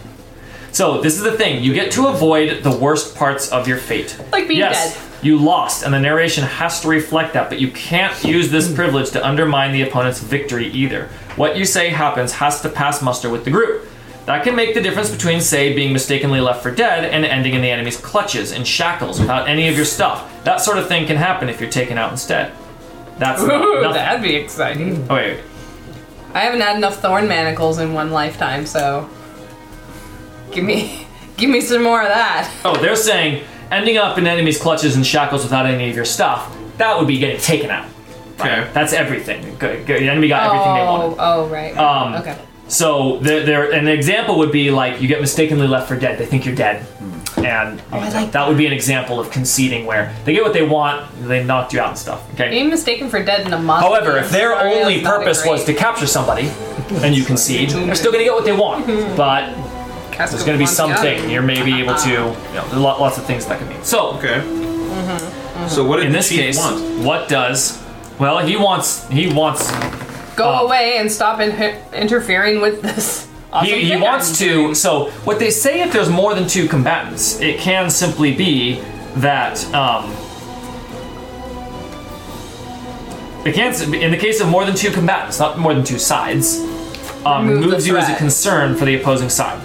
S7: So this is the thing: you get to avoid the worst parts of your fate.
S3: Like being
S7: yes,
S3: dead.
S7: you lost, and the narration has to reflect that. But you can't use
S3: Hmm.
S7: this privilege to undermine the opponent's victory either. What you say happens has to pass muster with the group. That can make the difference between, say, being mistakenly left for dead and ending in the enemy's clutches and shackles without any of your stuff. That sort of thing can happen if you're taken out instead. That's not
S3: Ooh,
S7: nothing.
S3: that'd be exciting.
S7: Oh, wait, wait.
S3: I haven't had enough thorn manacles in one lifetime, so give me, give me some more of that.
S7: Oh, they're saying ending up in enemies' clutches and shackles without any of your stuff, that would be getting taken out.
S2: Okay.
S7: That's everything. Good, good. The enemy got everything they
S3: oh,
S7: wanted.
S3: oh, right.
S7: Um,
S3: okay.
S7: So there, there, an example would be like you get mistakenly left for dead. They think you're dead,
S3: Hmm.
S7: and
S3: Oh,
S7: that would be an example of conceding where they get what they want. They knocked you out and stuff. Okay.
S3: Being mistaken for dead in a month.
S7: However, if their
S3: Sorry,
S7: only
S3: that's not a
S7: purpose was to
S3: great
S7: capture somebody, and you concede, they're still going to get what they want.
S3: Hmm.
S7: But
S3: cast
S7: there's
S3: of
S7: going to be
S3: Montana.
S7: something you're maybe able to. You know, there's lot- lots of things that can mean. So
S2: Okay.
S3: Mm-hmm,
S2: So what did
S7: in this
S2: the chief
S7: case,
S2: want?
S7: what does? Well, he wants he wants
S3: Go
S7: Oh.
S3: away and stop in- interfering with this. Awesome
S7: he, he
S3: thing
S7: wants
S3: I'm
S7: to. So what they say if there's more than two combatants, it can simply be that. Um, it can't in the case of more than two combatants, not more than two sides. Um,
S3: Remove the
S7: moves you as a
S3: threat.
S7: concern for the opposing side.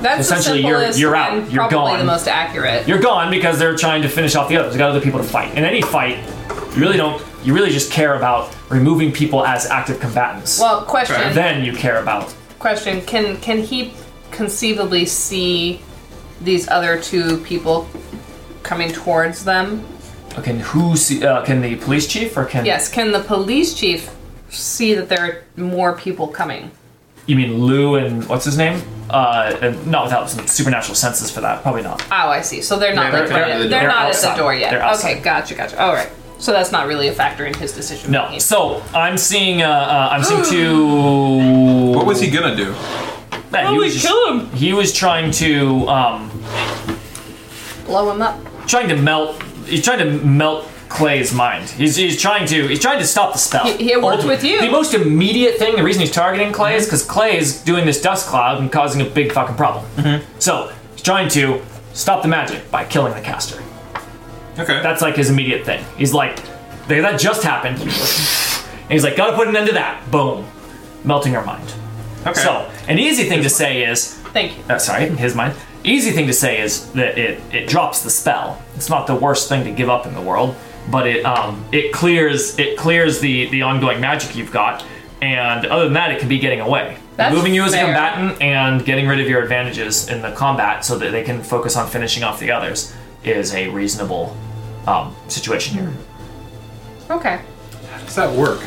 S3: That's the
S7: Essentially, you're-
S3: simplest
S7: you're out.
S3: and
S7: You're
S3: probably
S7: gone.
S3: the most accurate.
S7: You're gone because they're trying to finish off the others. They got other people to fight. In any fight, you really don't. You really just care about removing people as active combatants.
S3: well, question.
S2: Okay.
S7: then you care about
S3: question can can he conceivably see these other two people coming towards them
S7: Can who see? Uh, can the police chief or can?
S3: yes can the police chief see that there are more people coming
S7: You mean Lou and what's his name? Uh, and not without some supernatural senses for that. Probably not.
S3: oh i see so they're not
S2: They're
S3: like,
S2: coming to the
S3: they're,
S2: door.
S3: not
S7: They're
S3: at the door
S7: outside. They're
S3: yet okay
S7: outside.
S3: gotcha gotcha all right so that's not really a factor in his decision
S7: No.
S3: making
S7: So I'm seeing. Uh, uh, I'm seeing two.
S2: What was he gonna do?
S7: Man, he was just-
S3: him
S7: He was trying to. Um,
S3: blow him up
S7: trying to melt. He's trying to melt Clay's mind. He's, he's trying to. He's trying to stop the spell.
S3: He- he
S1: Oh,
S3: worked
S7: Ultimately.
S3: with you.
S7: The most immediate thing. The reason he's targeting Clay is because Clay is doing this dust cloud and causing a big fucking problem. So he's trying to stop the magic by killing the caster.
S2: Okay.
S7: That's like his immediate thing. He's like, "They- that just happened. and he's like, gotta put an end to that. Boom. Melting her mind.
S2: okay.
S7: So, an easy thing to say is,
S3: thank you
S7: uh, sorry, his mind. Easy thing to say is that it, it drops the spell. It's not the worst thing to give up in the world, but it um, it clears it clears the, the ongoing magic you've got. And other than that, it can be getting away.
S3: That's
S7: Moving you as a
S3: fair.
S7: combatant and getting rid of your advantages in the combat so that they can focus on finishing off the others is a reasonable um, situation here.
S3: okay
S2: does that work?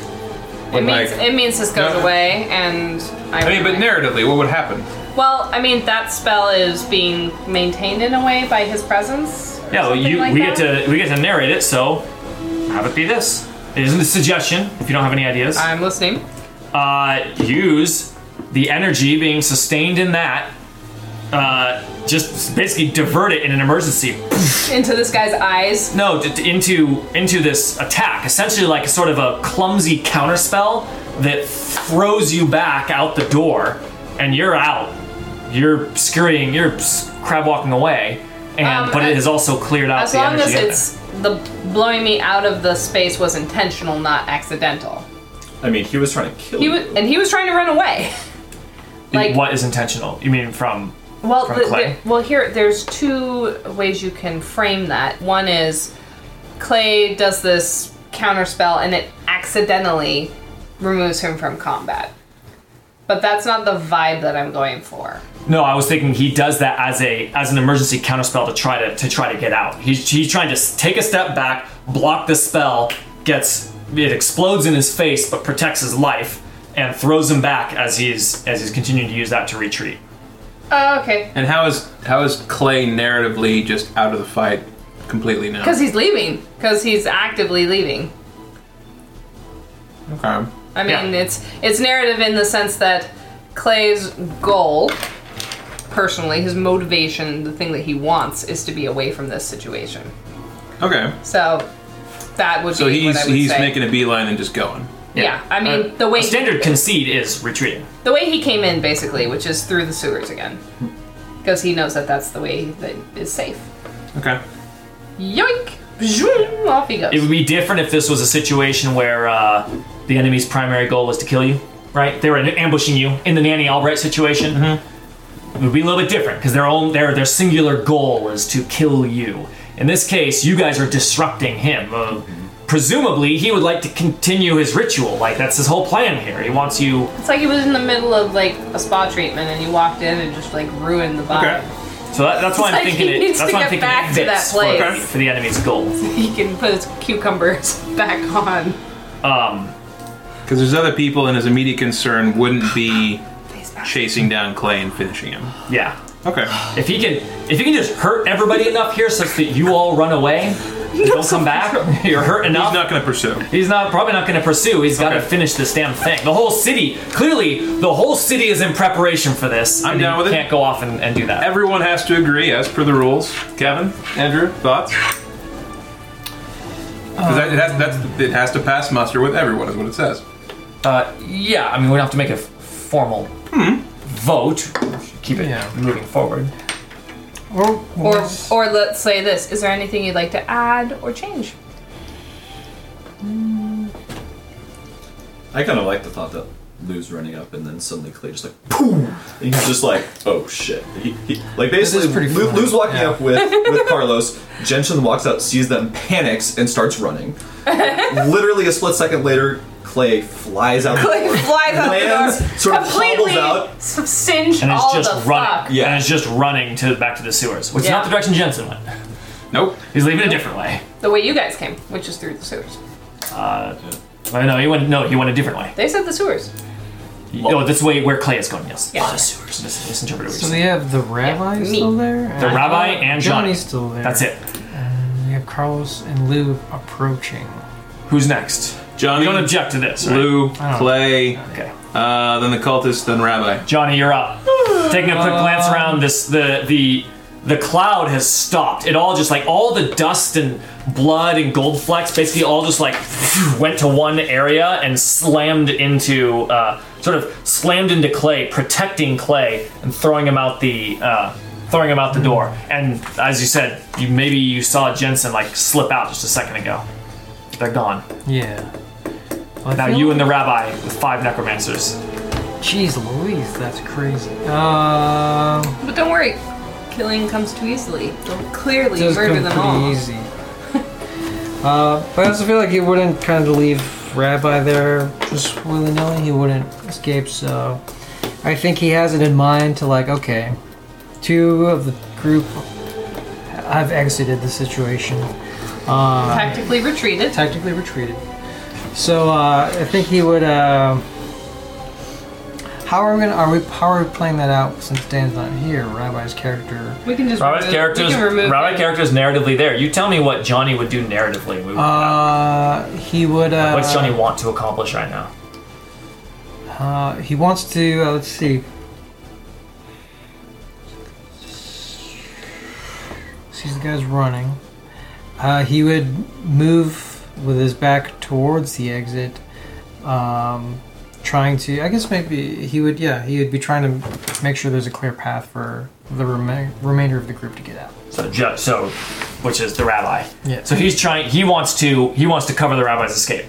S3: it means it means this goes
S2: No.
S3: away and i,
S2: I mean, but narratively, what would happen?
S3: Well, I mean, that spell is being maintained in a way by his presence.
S1: Yeah, well,
S7: Something
S1: Oh, you,
S7: like
S1: we
S7: that?
S1: get to we get to narrate it, so have it be this. It isn't a suggestion. If you don't have any ideas,
S3: I'm listening.
S1: uh, use the energy being sustained in that. Uh, just basically divert it in an emergency.
S3: Into this guy's eyes.
S1: No, d- d- into into this attack. Essentially, like a sort of a clumsy counterspell that throws you back out the door, and you're out. You're scurrying. You're s- crab walking away. And
S3: Um,
S1: but it
S3: as-
S1: has also cleared out
S3: As
S1: the
S3: long
S1: energy
S3: as
S1: in
S3: it's the blowing me out of the space was intentional, not accidental.
S5: I mean, he was trying to kill
S3: He
S5: you.
S3: was, and he was trying to run away.
S1: there.
S3: like-
S1: what is intentional? You mean from
S3: Well,
S1: From
S3: the,
S1: clay?
S3: the- well, here there's two ways you can frame that. One is Clay does this counter spell and it accidentally removes him from combat, but that's not the vibe that I'm going for.
S1: No, I was thinking he does that as a as an emergency counterspell to try to to try to get out. He's he's trying to s- take a step back, block the spell, gets it explodes in his face, but protects his life and throws him back as he's as he's continuing to use that to retreat.
S3: Oh, okay,
S2: And how is how is Clay narratively just out of the fight completely now?
S3: because he's leaving. Because he's actively leaving.
S2: okay.
S3: I mean,
S1: Yeah.
S3: it's it's narrative in the sense that Clay's goal, personally, his motivation, the thing that he wants, is to be away from this situation.
S2: Okay.
S3: So that would
S2: So
S3: be what
S2: he's
S3: I would
S2: he's
S3: say.
S2: making a beeline and just going.
S3: yeah. I mean, the way
S1: Uh, A standard concede is retreating.
S3: the way he came in basically, which is through the sewers again, because he knows that that's the way that is safe.
S2: Okay.
S3: Yoink! Zoom! Off he goes.
S1: It would be different if this was a situation where uh, the enemy's primary goal was to kill you, right? They were ambushing you in the Nanny Albright situation. It would be a little bit different because their own their their singular goal was to kill you. In this case, you guys are disrupting him. Uh, presumably, he would like to continue his ritual. Like that's his whole plan here. He wants you.
S3: it's like he was in the middle of like a spa treatment and he walked in and just like ruined the vibe.
S2: Okay.
S1: So that, that's why
S3: It's
S1: I'm
S3: like
S1: thinking.
S3: he
S1: It,
S3: needs
S1: that's
S3: to
S1: why I'm
S3: get
S1: thinking
S3: back
S1: it
S3: to
S1: fits
S3: that place.
S1: for- for the enemy's goal.
S3: He can put his cucumbers back on.
S1: Um,
S2: Because there's other people, and his immediate concern wouldn't be chasing down Clay and finishing him.
S1: yeah.
S2: Okay.
S1: If he can, if he can just hurt everybody enough here such that you all run away, you don't come back, you're hurt enough.
S2: He's not going to pursue.
S1: He's not probably not going to pursue. He's got to
S2: Okay.
S1: finish this damn thing. The whole city, clearly, the whole city is in preparation for this.
S2: I'm
S1: and
S2: down
S1: you
S2: with it.
S1: Can't go off and, and do that.
S2: Everyone has to agree as per the rules. Kevin, Andrew, thoughts? 'Cause that- it, has, that's, it has to pass muster with everyone, is what it says.
S1: Uh, yeah, I mean, we don't have to make a f- formal
S2: Hmm.
S1: vote. Keep it
S4: Yeah.
S1: moving forward.
S4: Or,
S3: Or or let's say this: Is there anything you'd like to add or change?
S5: I kind of like the thought that Lou's running up and then suddenly Clay just like poof, and he's just like, oh shit. He, he, like basically,
S4: is pretty
S5: Lou,
S4: fun.
S5: Lou's walking up with with Carlos. Jensen walks up, sees them, panics, and starts running. Literally a split second later, Clay flies out. the door,
S3: flies out the
S5: lands,
S3: door.
S5: sort of
S3: completely
S5: hobbles out.
S3: s- singe
S1: And it's
S3: all
S1: just
S3: the
S1: running.
S3: fuck.
S5: Yeah.
S1: And it's just running to back to the sewers, which is
S3: Yeah.
S1: not the direction Jensen went.
S2: Nope.
S1: He's leaving a different way.
S3: The way you guys came, which is through the sewers.
S1: Oh, no, he went. No, he went a different way.
S3: They said the sewers.
S1: No, this way where Clay is going. Yes.
S3: Yeah.
S1: Oh, the sewers. Mis- misinterpreted. what you
S4: So
S1: said.
S4: they have the rabbi
S3: Yeah, me.
S4: still there? Uh,
S1: The rabbi and Johnny.
S4: Johnny's still there.
S1: That's it.
S4: We have Carlos and Lou approaching.
S1: Who's next?
S2: Johnny,
S1: You don't object to this, right?
S2: Lou,
S4: don't-
S2: Clay,
S1: Okay.
S2: uh, then the cultist, then Rabbi.
S1: Johnny, you're up. Taking a quick glance around, this the the the cloud has stopped. It all just like all the dust and blood and gold flecks basically all just like went to one area and slammed into uh, sort of slammed into clay, protecting clay and throwing him out the uh, throwing him out the door. And as you said, you maybe you saw Jensen like slip out just a second ago. They're gone.
S4: Yeah. Well, I
S1: Now
S4: feel
S1: you and the
S4: like-
S1: rabbi with five necromancers.
S4: Jeez Louise, that's crazy. Um,
S3: But don't worry, killing comes too easily. They'll clearly
S4: does
S3: murder
S4: come
S3: them
S4: pretty
S3: all.
S4: easy. Uh, but I also feel like he wouldn't kind of leave Rabbi there just willy nilly. He wouldn't escape, so I think he has it in mind to, like, okay, two of the group have exited the situation. Uh,
S3: Tactically retreated.
S4: tactically retreated. So uh, I think he would. Uh, um, How are we gonna? Are we? How are we playing that out since Dan's not here? Rabbi's character.
S3: We can just
S1: Rabbi's
S3: remove, we
S1: characters,
S3: can remove
S1: Rabbi
S3: him.
S1: characters, narratively there. You tell me what Johnny would do narratively. We would
S4: Uh, he would. Uh,
S1: What's Johnny want to accomplish right now?
S4: Uh, he wants to. Uh, let's see. Sees the guy's running. Uh, he would move with his back towards the exit, um, trying to. I guess maybe he would. Yeah, he would be trying to make sure there's a clear path for the rema- remainder of the group to get out.
S1: So, ju- so, which is the rabbi.
S4: Yeah.
S1: So he's trying. He wants to. He wants to cover the rabbi's escape.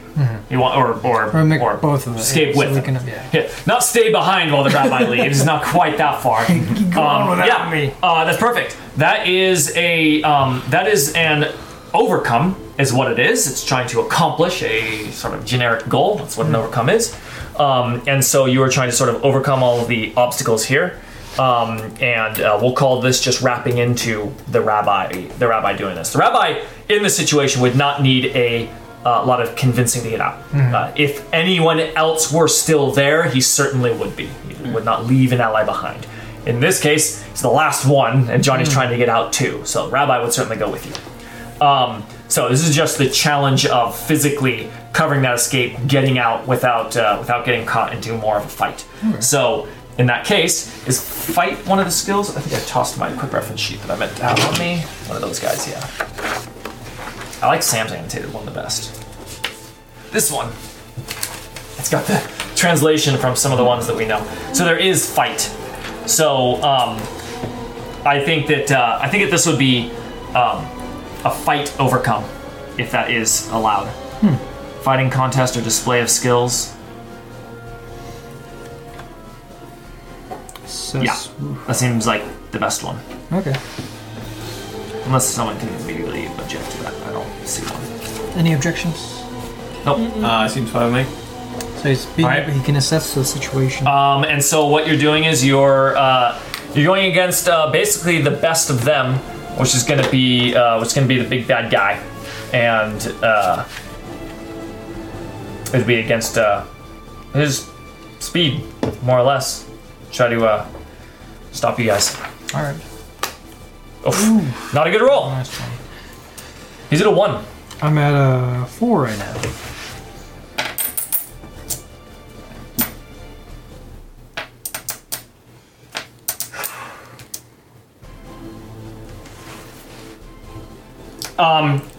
S1: He want or or
S4: Or make both of them
S1: escape
S4: yeah,
S1: with
S4: so we
S1: him.
S4: can- yeah.
S1: Yeah, not stay behind while the rabbi leaves. Not quite that far. Go
S4: on without
S1: yeah,
S4: me.
S1: Uh, that's perfect. That is a um, that is an overcome is what it is. It's trying to accomplish a sort of generic goal. That's what
S7: Hmm.
S1: an overcome is.
S4: Mm-hmm.
S1: Um, and so you are trying to sort of overcome all of the obstacles here. Um, and uh, we'll call this just wrapping into the rabbi, the rabbi doing this. The rabbi in this situation would not need a uh, lot of convincing to get out. Uh, if anyone else were still there, he certainly would be. He would not leave an ally behind. In this case, it's the last one, and Johnny's trying to get out too. So Rabbi would certainly go with you. Um, so this is just the challenge of physically covering that escape, getting out without uh, without getting caught into more of a fight. So in that case, is fight one of the skills? I think I tossed my quick reference sheet that I meant to have on me. One of those guys, yeah. I like Sam's annotated one the best. This one. It's got the translation from some of the ones that we know. So there is fight. So um, I think that uh, I think that this would be um, a fight overcome, if that is allowed. Fighting contest or display of skills.
S4: So
S1: Yeah,
S4: s-
S1: that seems like the best one.
S4: Okay.
S1: Unless someone can immediately object to that, I don't see one.
S4: Any objections?
S2: Uh, seems fine to me.
S4: So he's being,
S1: All right.
S4: he can assess the situation.
S1: Um, and so what you're doing is you're uh, you're going against uh, basically the best of them, which is going to be uh, what's going to be the big bad guy, and uh, it'd be against uh, his speed, more or less. Try to uh, stop you guys.
S4: All right.
S1: Oof, not a good roll.
S4: Nice one.
S1: He's at a one.
S4: I'm at a four right now.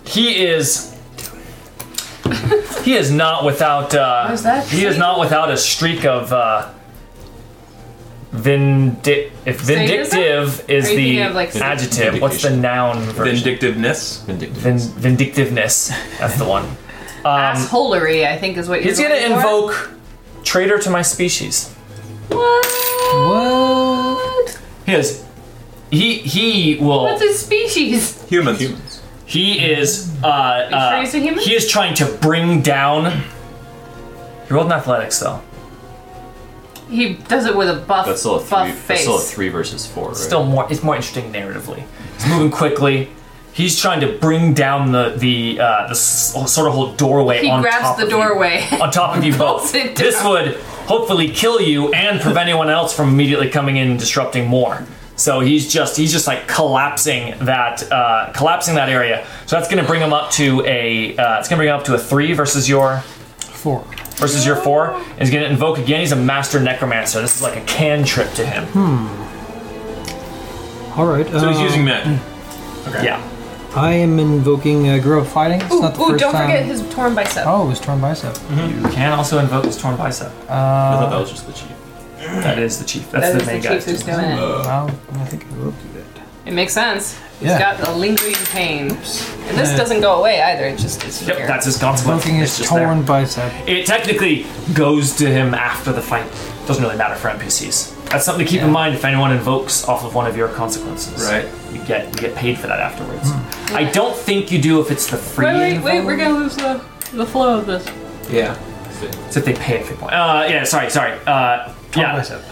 S1: He is. He is not without. Uh,
S3: What is that?
S1: He is not without a streak of. Uh, vindi- if vindictive is
S3: Are you
S1: the
S3: thinking of, like,
S1: adjective, what's the noun version?
S2: Vindictiveness.
S5: Vindictive.
S1: Vin- vindictiveness. That's the one. Um,
S3: Assholery, I think, is what you're
S1: he's gonna
S3: going for.
S1: invoke traitor to my species.
S3: What?
S4: What?
S1: He is. He he will.
S3: What's his species?
S2: Humans.
S1: He is. Uh, uh,
S3: sure he's a human?
S1: He is trying to bring down. He rolled in athletics though.
S3: He does it with a buff,
S5: That's still a three.
S3: buff
S5: That's
S3: face.
S5: still a three versus four. Right?
S1: still more it's more interesting narratively it's moving quickly he's trying to bring down the the uh the s- sort of whole doorway
S3: He
S1: on top
S3: grabs the
S1: of you-
S3: doorway.
S1: on top of you both
S3: Pulls it
S1: this
S3: down.
S1: would hopefully kill you and prevent anyone else from immediately coming in and disrupting more so he's just he's just like collapsing that uh collapsing that area so that's gonna bring him up to a uh, it's gonna bring him up to a three versus your
S4: Four.
S1: versus your four and he's gonna invoke again he's a master necromancer this is like a cantrip to him
S4: All right.
S2: So he's
S4: uh,
S2: using that.
S1: yeah
S4: I am invoking uh, girl fighting. It's
S7: Ooh,
S4: not the
S7: ooh,
S4: first
S7: don't
S4: time.
S7: forget his torn bicep.
S4: Oh, it was torn bicep.
S1: You can also invoke his torn bicep.
S5: I thought that was just the chief.
S1: that is the chief. That's
S3: That
S1: the
S3: is the
S1: main
S3: chief
S1: guy.
S3: who's doing it.
S5: Uh.
S4: Wow, I think I will do that.
S3: It makes sense. He's
S4: Yeah.
S3: got the lingering pain. And this doesn't go away either. It just is
S1: Yep,
S3: here.
S1: that's his consequence.
S4: Invoking
S1: It's
S4: his
S1: just there.
S4: torn bicep.
S1: It technically goes to him after the fight. Doesn't really matter for NPCs. That's something to keep in mind if anyone invokes off of one of your consequences.
S2: Right.
S1: You get you get paid for that afterwards. I don't think you do if it's the free.
S3: wait, wait, wait.
S1: invoke.
S3: We're gonna lose the the flow of this.
S2: Yeah.
S1: It's if they pay a free point. Uh, yeah. Sorry, sorry. Uh, yeah.
S4: bicep.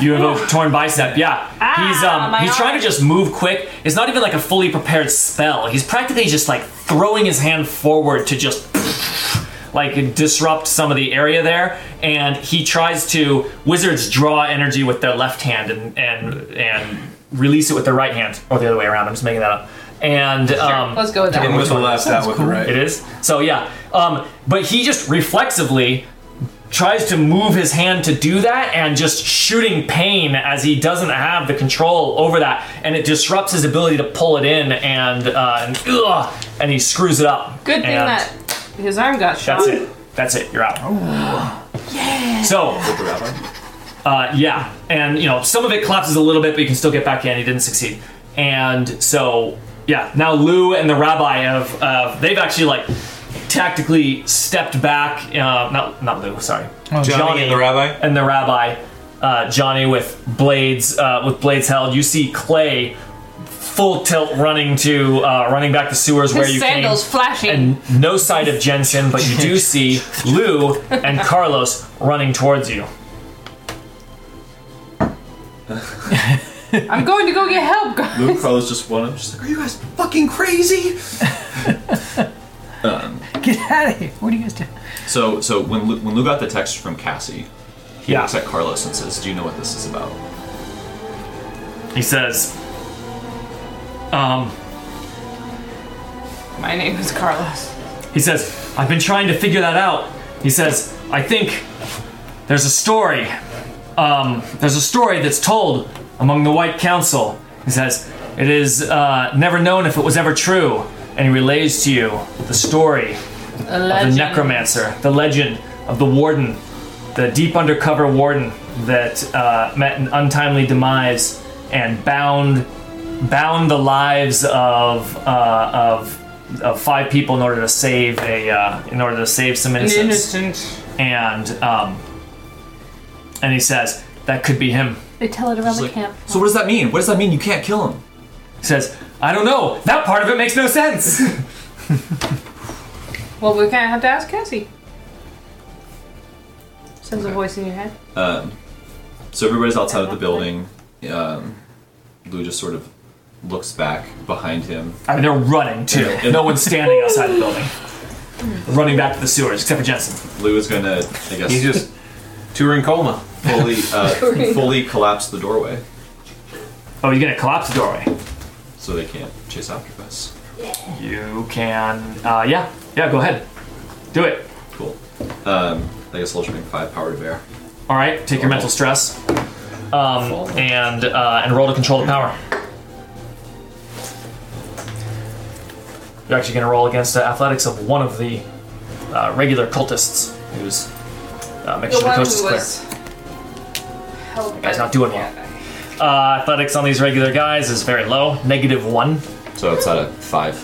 S1: You invoke torn bicep. Yeah. he's um
S3: Ah, my
S1: he's trying
S3: arm.
S1: to just move quick. It's not even like a fully prepared spell. He's practically just like throwing his hand forward to just like disrupt some of the area there, and he tries to wizards draw energy with their left hand and and and release it with their right hand or the other way around. I'm just making that up. And um,
S3: Let's go with that.
S2: In with the left, out with the right.
S1: it is. So yeah. Um, but he just reflexively tries to move his hand to do that and just shooting pain as he doesn't have the control over that and it disrupts his ability to pull it in and uh, and, ugh, and he screws it up.
S3: Good thing
S1: And
S3: that his arm got shot.
S1: that's it. That's it. You're out. So uh, yeah, and you know some of it collapses a little bit, but you can still get back in. He didn't succeed, and so yeah. Now Lou and the rabbi have uh, they've actually like tactically stepped back. Uh, not not Lou, sorry,
S4: Oh,
S2: Johnny and the rabbi.
S1: and the rabbi uh, Johnny with blades uh, with blades held. You see Clay full tilt running to uh, running back the sewers where
S3: His
S1: you
S3: sandals
S1: came
S3: flashing.
S1: and no sight of Jensen, but you do see Lou and Carlos running towards you.
S3: I'm going to go get help, guys.
S5: Luke Carlos just one of them. Just like, are you guys fucking crazy? um,
S4: Get out of here. What are you guys doing?
S5: so so when Lou, when Lou got the text from Cassie, he
S1: Yeah.
S5: looks at Carlos and says, "Do you know what this is about?"
S1: He says, um,
S3: My name is Carlos.
S1: he says, I've been trying to figure that out. He says, I think there's a story. Um, there's a story that's told among the White Council. He says, it is uh, never known if it was ever true. And he relays to you the story
S3: The
S1: the
S3: legend.
S1: necromancer, the legend of the warden, the deep undercover warden that uh, met an untimely demise and bound bound the lives of uh, of of five people in order to save a uh, in order to save some innocents.
S3: Innocent.
S1: And um, and he says that could be him.
S7: They tell it around the
S5: Like,
S7: camp.
S5: so what does that mean? What does that mean? You can't kill him.
S1: He says, I don't know. That part of it makes no sense.
S3: Well, we're gonna have to ask Cassie. Sends a voice in your head.
S5: So everybody's outside of the building. Um, Lou just sort of looks back behind him.
S1: I mean, they're running too.
S5: Yeah.
S1: No one's standing outside the building. Running back to the sewers, except for Jensen.
S5: Lou is gonna, I guess,
S2: He's just touring coma.
S5: fully uh, fully collapse the doorway
S1: Oh, he's gonna collapse the doorway.
S5: so they can't chase after us.
S1: You can, uh, yeah, yeah. Go ahead, do it.
S5: Cool. Um, I guess I'll just bring five power to bear.
S1: All right, take your mental stress, um, and uh, and roll to control the power. You're actually gonna roll against the athletics of one of the uh, regular cultists who's uh, making sure
S3: The
S1: the
S3: one
S1: coast is
S3: who
S1: clear.
S3: was held by
S1: Guy's not doing well. Uh, athletics on these regular guys is very low, negative one.
S5: So it's at a five.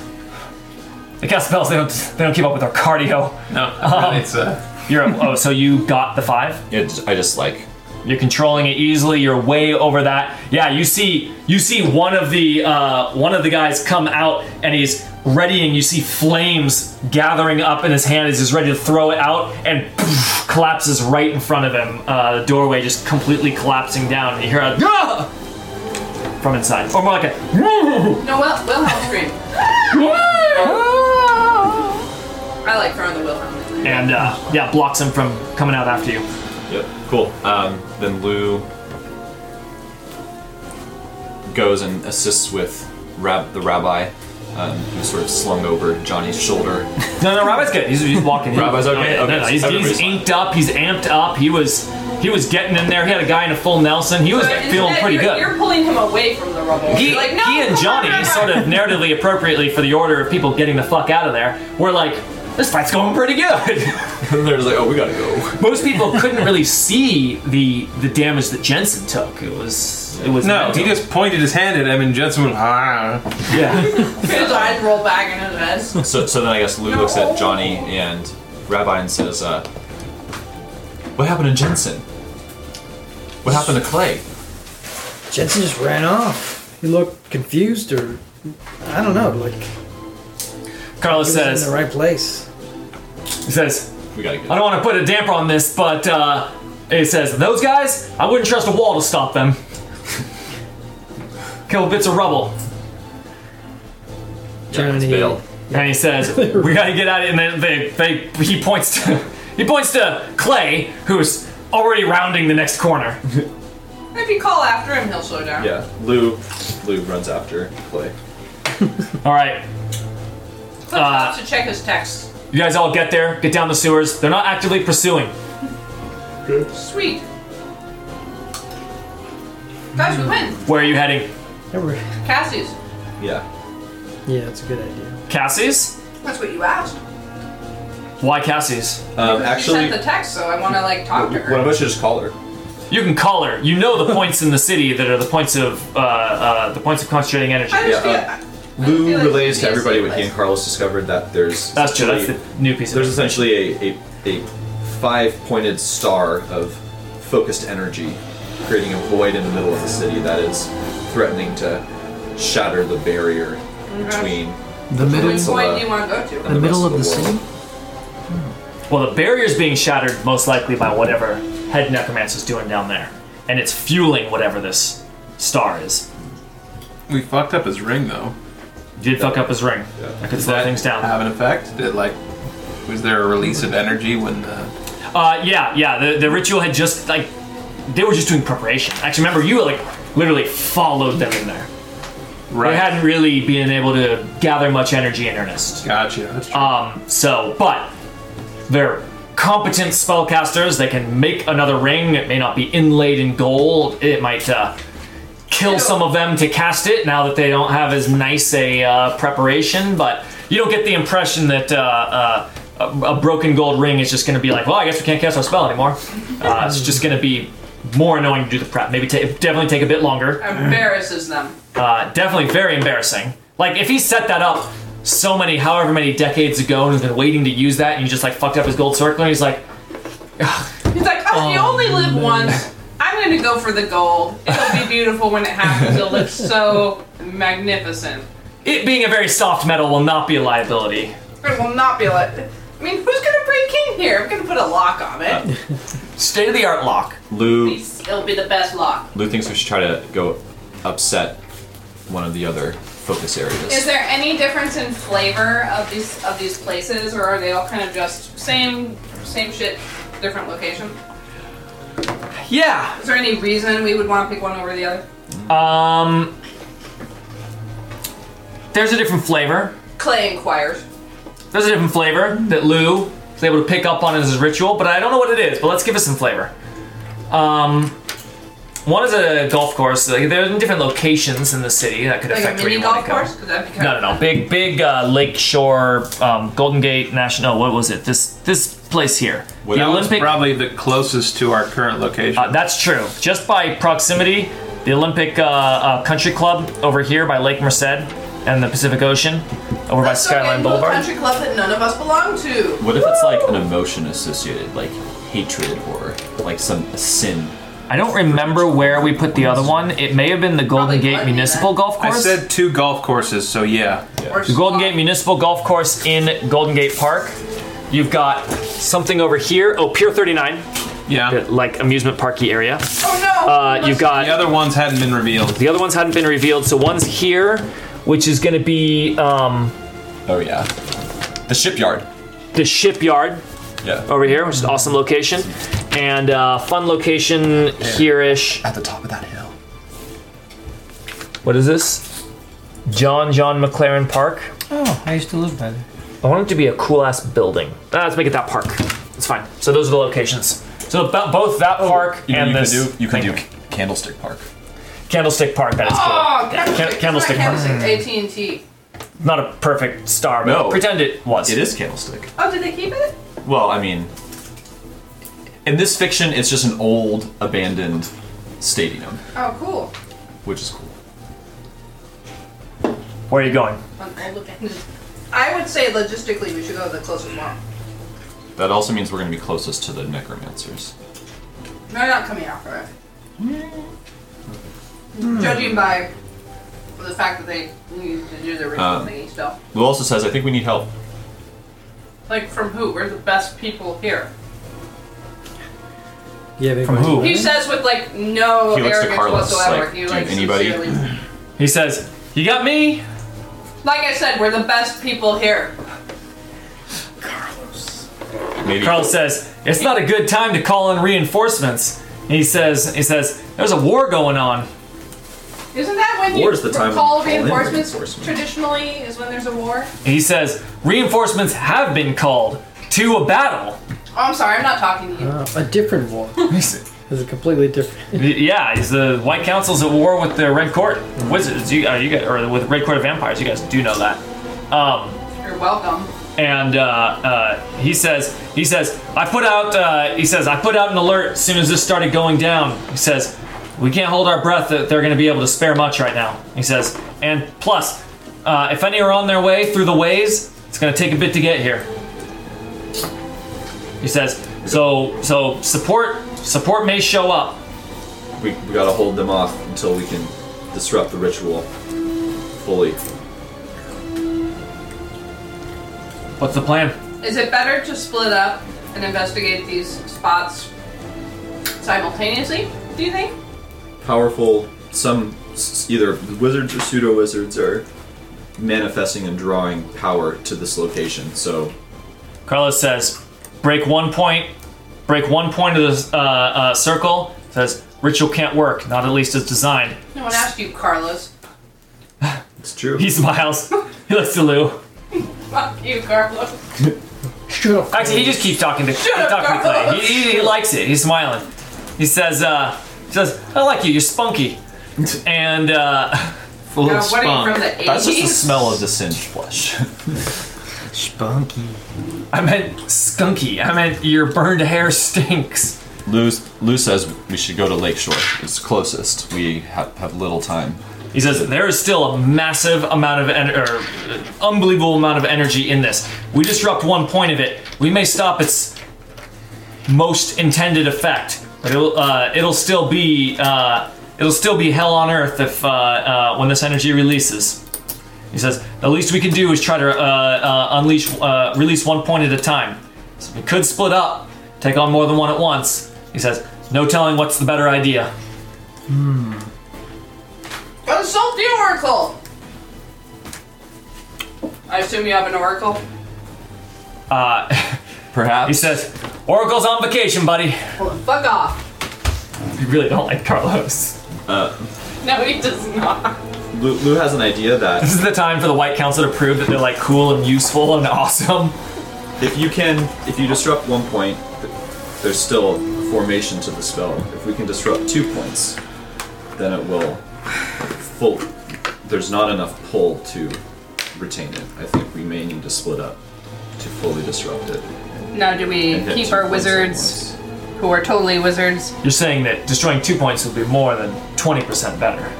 S1: The cast spells they don't they don't keep up with our cardio.
S2: No, it's uh,
S1: You're oh, so you got the five.
S5: It, I just like
S1: You're controlling it easily. You're way over that. Yeah, you see, you see one of the uh, one of the guys come out and he's readying. You see flames gathering up in his hand as he's ready to throw it out, and poof, collapses right in front of him. Uh, the doorway just completely collapsing down. And you hear a "Ah!" from inside, or more like a
S9: No, Wil- Wilhelm scream. I like throwing the Wilhelm. in there.
S1: and uh, yeah, blocks him from coming out after you.
S5: Yep. Cool. Um, then Lou goes and assists with rab- the rabbi, um, who's sort of slung over Johnny's shoulder.
S1: No, no, Rabbi's good. He's, he's walking. He-
S5: Rabbi's okay?
S1: No, no,
S5: Okay,
S1: no,
S5: so
S1: he's, he's
S5: everybody's fine.
S1: inked up. He's amped up. He was he was getting in there. He had a guy in a full Nelson. He was
S9: But instead,
S1: feeling pretty
S9: you're,
S1: good.
S9: You're pulling him away from the rubble.
S1: he,
S9: You're like, no,
S1: he and
S9: come
S1: Johnny,
S9: on,
S1: sort of narratively appropriately for the order of people getting the fuck out of there, were like, this fight's going pretty good.
S5: and they're just like, "Oh, we gotta go."
S1: Most people couldn't really see the the damage that Jensen took. It was it was
S2: no.
S1: mental.
S2: He just pointed his hand at him, and Jensen went. Ah.
S1: yeah.
S9: His eyes roll back in his head.
S5: So, so then I guess Lou looks at Johnny and Rabbi and says, uh, "What happened to Jensen? What happened to Clay?"
S4: Jensen just ran off. He looked confused or. I don't know, like. He
S1: Carlos
S4: was in
S1: says
S4: the right place.
S1: he says
S5: We gotta get.
S1: I don't want to put a damper on this, but uh, it says those guys. I wouldn't trust a wall to stop them. Kill bits of rubble.
S5: Yeah, it's
S4: Johnny
S5: bail.
S1: and he says, "We gotta get out." of here." And then they, they, he points to, he points to Clay, who's already rounding the next corner.
S3: If you call after him, he'll slow down.
S5: Yeah, Lou, Lou runs after Clay.
S1: All right,
S3: Cliff
S5: Uh,
S3: stops to check his text.
S1: you guys all get there, get down the sewers. They're not actively pursuing.
S3: Sweet. Guys, we win.
S1: Where are you heading,
S4: Never-
S3: Cassie's.
S5: Yeah,
S4: Yeah, that's a good idea.
S1: Cassie's?
S3: That's what you asked.
S1: Why Cassie's?
S5: um, actually,
S3: she sent the text, so I want to like talk to
S5: one
S3: her.
S5: of us should just call her.
S1: You can call her. You know the points in the city that are the points of uh, uh, the points of concentrating energy.
S3: I just
S5: Yeah, uh,
S3: feel- I
S5: Lou
S3: feel like
S5: relays to
S3: she'd be
S5: everybody
S3: asleep
S5: what he and
S3: by-
S5: Carlos discovered that there's
S1: That's true. That's the new piece. Of
S5: there's essentially a, a, a five-pointed star of focused energy creating a void in the middle of the city that is threatening to shatter the barrier
S3: Mm-hmm.
S5: between
S4: The middle,
S3: Uh, Which
S5: Peninsula.
S3: point do you want to go to?
S5: and
S4: the middle
S5: rest
S4: of the
S5: world.
S4: city.
S1: Well, the barrier's being shattered most likely by whatever Head Necromancer's doing down there. And it's fueling whatever this star is.
S2: We fucked up his ring though.
S1: You did fuck up his ring.
S5: Yeah.
S1: I could slow things down.
S2: have an effect? Did like was there a release of energy when the
S1: Uh, yeah, yeah, the, the ritual had just, like, they were just doing preparation. Actually, remember, you, like, literally followed them in there.
S2: right?
S1: They hadn't really been able to gather much energy in earnest.
S2: gotcha. That's true.
S1: Um, so, but they're competent spellcasters. They can make another ring. It may not be inlaid in gold. It might uh, kill some of them to cast it now that they don't have as nice a uh, preparation. But you don't get the impression that uh, uh, a, a broken gold ring is just going to be like, well, I guess we can't cast our spell anymore. Uh, it's just going to be more annoying to do the prep. Maybe ta- definitely take a bit longer
S3: Embarrasses them.
S1: uh, definitely very embarrassing. Like if he set that up so many, however many decades ago, and has been waiting to use that, and you just like fucked up his gold circler, and he's like,
S3: He's like, oh,
S5: Um,
S3: you only live once. I'm gonna go for the gold. It'll be beautiful when it happens. It'll look so magnificent.
S1: it being a very soft metal will not be a liability.
S3: It will not be like. I mean, who's gonna break in here? I'm gonna put a lock on it.
S1: State of the art lock.
S5: Lou,
S3: It'll be the best lock.
S5: Lou thinks we should try to go upset one of the other focus areas.
S3: Is there any difference in flavor of these of these places, or are they all kind of just same same shit, different location?
S1: Yeah.
S3: Is there any reason we would want to pick one over the other?
S1: Um. There's a different flavor.
S3: Clay inquires.
S1: There's a different flavor that Lou was able to pick up on as his ritual, but I don't know what it is. But let's give it some flavor. Um, one is a golf course. Like, they're in different locations in the city that could
S3: Like
S1: affect
S3: a
S1: where
S3: mini
S1: you want
S3: golf
S1: to go.
S3: course? Could that be
S1: No, no, no. Big, big uh, Lake Shore, um, Golden Gate National. What was it? This, this place here.
S5: Well,
S1: the
S5: that
S2: That was
S1: Olympic.
S2: probably the closest to our current location.
S1: uh, that's true. Just by proximity, the Olympic uh, uh, Country Club over here by Lake Merced and the Pacific Ocean over by
S3: Let's go get
S1: Skyline
S3: into a
S1: Boulevard.
S3: Country club that none of us belong to.
S5: What if it's like an emotion associated, like hatred or like some sin?
S1: I don't remember where we put the other one. It may have been the Golden
S3: Probably
S1: Gate
S3: Gluttony,
S1: Municipal
S3: then.
S1: Golf
S2: I
S1: Course.
S2: said two golf courses, so yeah.
S3: Or
S1: the Golden Gate Municipal Golf Course in Golden Gate Park. You've got something over here. Oh, Pier 39,
S2: Yeah.
S1: like amusement parky area.
S3: Oh no!
S1: Uh, you've got
S2: The other ones hadn't been revealed.
S1: The other ones hadn't been revealed, so one's here, which is going to be um,
S5: Oh yeah, the shipyard.
S1: the shipyard
S5: Yeah,
S1: over here, which is an awesome location, and uh, fun location here-ish.
S5: at the top of that hill.
S1: What is this? John John McLaren Park.
S4: Oh, I used to live by there.
S1: I want it to be a cool-ass building. Ah, let's make it that park. It's fine. So those are the locations. So bo- both that park
S5: Oh, You, know,
S1: and
S5: you
S1: this
S5: can do you can
S1: thing.
S5: do Candlestick Park.
S1: Candlestick Park. That is cool.
S5: Ah!
S3: Oh,
S1: Can- Candlestick Park.
S3: AT and T.
S1: Not a perfect star, but
S5: No.
S1: pretend it was.
S5: It is Candlestick.
S3: Oh, did they keep it?
S5: Well, I mean, in this fiction, it's just an old abandoned stadium,
S3: Oh, cool.
S5: which is cool.
S1: Where are you going?
S3: I'll look at this. I would say logistically we should go to the closest one.
S5: That also means we're going to be closest to the necromancers.
S3: They're not coming out for it. Judging by the fact that they need to do the ritual
S5: Um,
S3: thingy still.
S5: Lou also says, "I think we need help."
S3: Like from who? We're the best people here.
S4: Yeah, they
S1: From who?
S3: He says with like no
S5: He looks to
S3: arrogance
S5: Carlos,
S3: whatsoever.
S5: like,
S3: he
S5: "Dude,
S3: like
S5: anybody?"
S3: sincerely-
S1: He says, "You got me."
S9: Like I said, we're the best people here.
S5: Maybe
S1: Carlos says, "It's not a good time to call in reinforcements." And he says, "He says there's a war going on."
S9: Isn't that when
S5: War
S9: you
S5: is the time
S9: call
S5: when you call in
S9: reinforcements?
S5: reinforcements.
S9: Traditionally, is when there's a war.
S1: And he says reinforcements have been called to a battle.
S9: Oh, I'm sorry, I'm not talking to you.
S6: Uh, a different war. It's a completely different.
S1: Yeah, he's the White Council's at war with the Red Court
S5: Mm-hmm.
S1: Wizards. You, uh, you guys, or with Red Court of Vampires. You guys do know that. Um,
S9: You're welcome.
S1: and uh, uh, he says he says I put out uh, he says I put out an alert as soon as this started going down. He says we can't hold our breath that they're going to be able to spare much right now. He says and plus uh, if any are on their way through the ways, it's going to take a bit to get here. He says so so support support may show up.
S5: we, we gotta hold them off until we can disrupt the ritual fully.
S1: What's the plan?
S9: Is it better to split up and investigate these spots simultaneously? Do you think?
S5: Powerful, some s- either wizards or pseudo wizards are manifesting and drawing power to this location. So
S1: Carlos says, break one point, break one point of the uh, uh, circle. Says, ritual can't work, not at least as designed.
S9: No one asked you, Carlos.
S5: it's true.
S1: He smiles. he looks to Lou.
S9: Fuck you, Carlos.
S6: Shut up.
S1: Actually, he just keeps talking to, keep talking to Clay. He, he, he likes it. He's smiling. He says, uh, he says, I like you. You're spunky. And uh,
S2: Full
S9: Now,
S2: of
S9: what are you from
S2: spunk.
S9: the 80s?
S5: smell of the singed flesh.
S4: Spunky.
S1: I meant skunky. I meant your burned hair stinks.
S5: Lou, Lou says we should go to Lakeshore. It's closest. We ha- have little time.
S1: He says there is still a massive amount of en- or uh, unbelievable amount of energy in this. We disrupt one point of it, we may stop its most intended effect, but it'll uh, it'll still be uh, it'll still be hell on earth if uh, uh, when this energy releases. He says the least we can do is try to uh, uh, unleash uh, release one point at a time. So we could split up, take on more than one at once. He says no telling what's the better idea.
S9: Consult the Oracle! I assume you have an Oracle?
S1: Uh,
S5: Perhaps
S1: He says, Oracle's on vacation, buddy.
S9: Well, then fuck off.
S1: You really don't like Carlos.
S9: No, he does not.
S5: Lou, Lou has an idea that
S1: This is the time for the White Council to prove that they're like cool and useful and awesome.
S5: If you can, if you disrupt one point, th- there's still formation to the spell. If we can disrupt two points, then it will full. There's not enough pull to retain it. I think we may need to split up to fully disrupt it.
S3: Now, do we
S5: and hit
S3: keep
S5: two
S3: our
S5: points at
S3: wizards
S5: once.
S3: who are totally wizards?
S1: You're saying that destroying two points would be more than 20% better.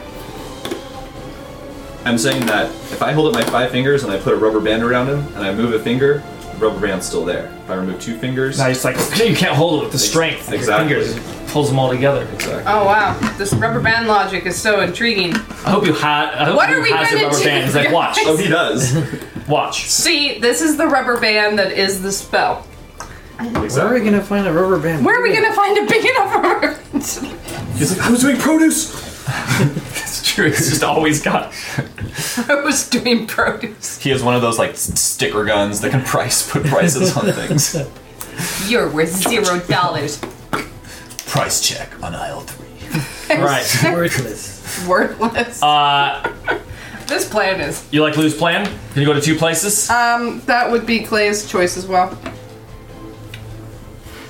S5: I'm saying that if I hold up my five fingers and I put a rubber band around him and I move a finger, the rubber band's still there. If I remove two fingers,
S1: Now it's like, you can't hold it with the strength. of your
S5: Exactly.
S1: fingers It pulls them all together.
S5: exactly.
S3: Oh wow, this rubber band logic is so intriguing.
S1: I hope you had. I hope
S3: What
S1: you
S3: are we
S1: has your
S3: gonna
S1: rubber
S3: do,
S1: band. He's like, watch,
S5: Oh, he does.
S1: watch.
S3: See, this is the rubber band that is the spell.
S6: Where are
S5: exactly.
S6: we gonna find a rubber band?
S3: Where are we gonna find a big enough rubber band?
S5: He's like, I was doing produce.
S1: It's true. He's just always got.
S3: I was doing produce.
S5: He has one of those like sticker guns that can price put prices on things.
S3: You're worth zero dollars.
S5: Price check on aisle three.
S1: Right.
S6: Worthless.
S3: Worthless.
S1: Uh,
S3: this plan is.
S1: you like Lou's plan? Can you go to two places?
S3: Um, that would be Clay's choice as well.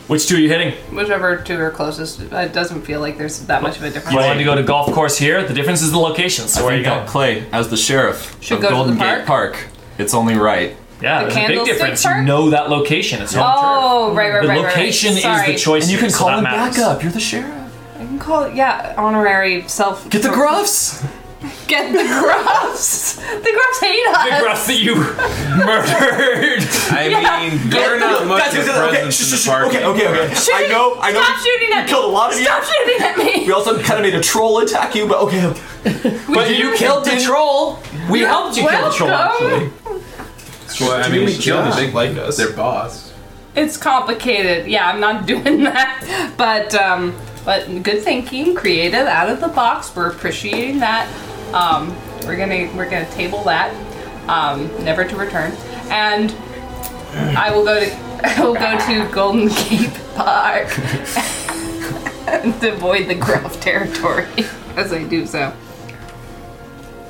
S1: Which two are you hitting?
S3: Whichever two are closest. It doesn't feel like there's that much of a difference.
S1: You wanted to go to golf course here. The difference is the location. So where are you going?
S10: Clay as the sheriff
S3: Should
S10: of
S3: go to the
S10: Golden Gate Park. It's only right.
S1: Yeah, there's
S3: The
S1: a big
S3: Candlestick
S1: difference. You
S3: Park?
S1: know that location. It's home turf.
S3: Oh, right, right,
S1: The
S3: right, right,
S1: location
S3: right. Sorry.
S1: is the choice.
S10: And you
S1: here,
S10: can
S1: so
S10: call
S1: that
S10: him
S1: matters.
S10: back up. You're the sheriff.
S3: You can call it, yeah, honorary self.
S10: Get the gruffs.
S3: Get the gruffs. The gruffs hate us.
S1: The gruff that you murdered.
S2: I mean, they're not much of presence in the park.
S10: okay, okay. I know, I know.
S3: Stop shooting at me.
S10: killed a lot of you.
S3: Stop shooting at me.
S10: We also kind of made a troll attack you, but okay.
S1: but you killed the troll. We helped you kill the troll.
S3: welcome.
S1: Actually,
S2: That's why, I mean, we killed them. They like us. Their boss.
S3: It's complicated. Yeah, I'm not doing that. But um, but good thinking, creative, out of the box. We're appreciating that. Um, we're gonna we're gonna table that. um, never to return. And I will go to I will go to Golden Gate Park to avoid the gruff territory as I do so.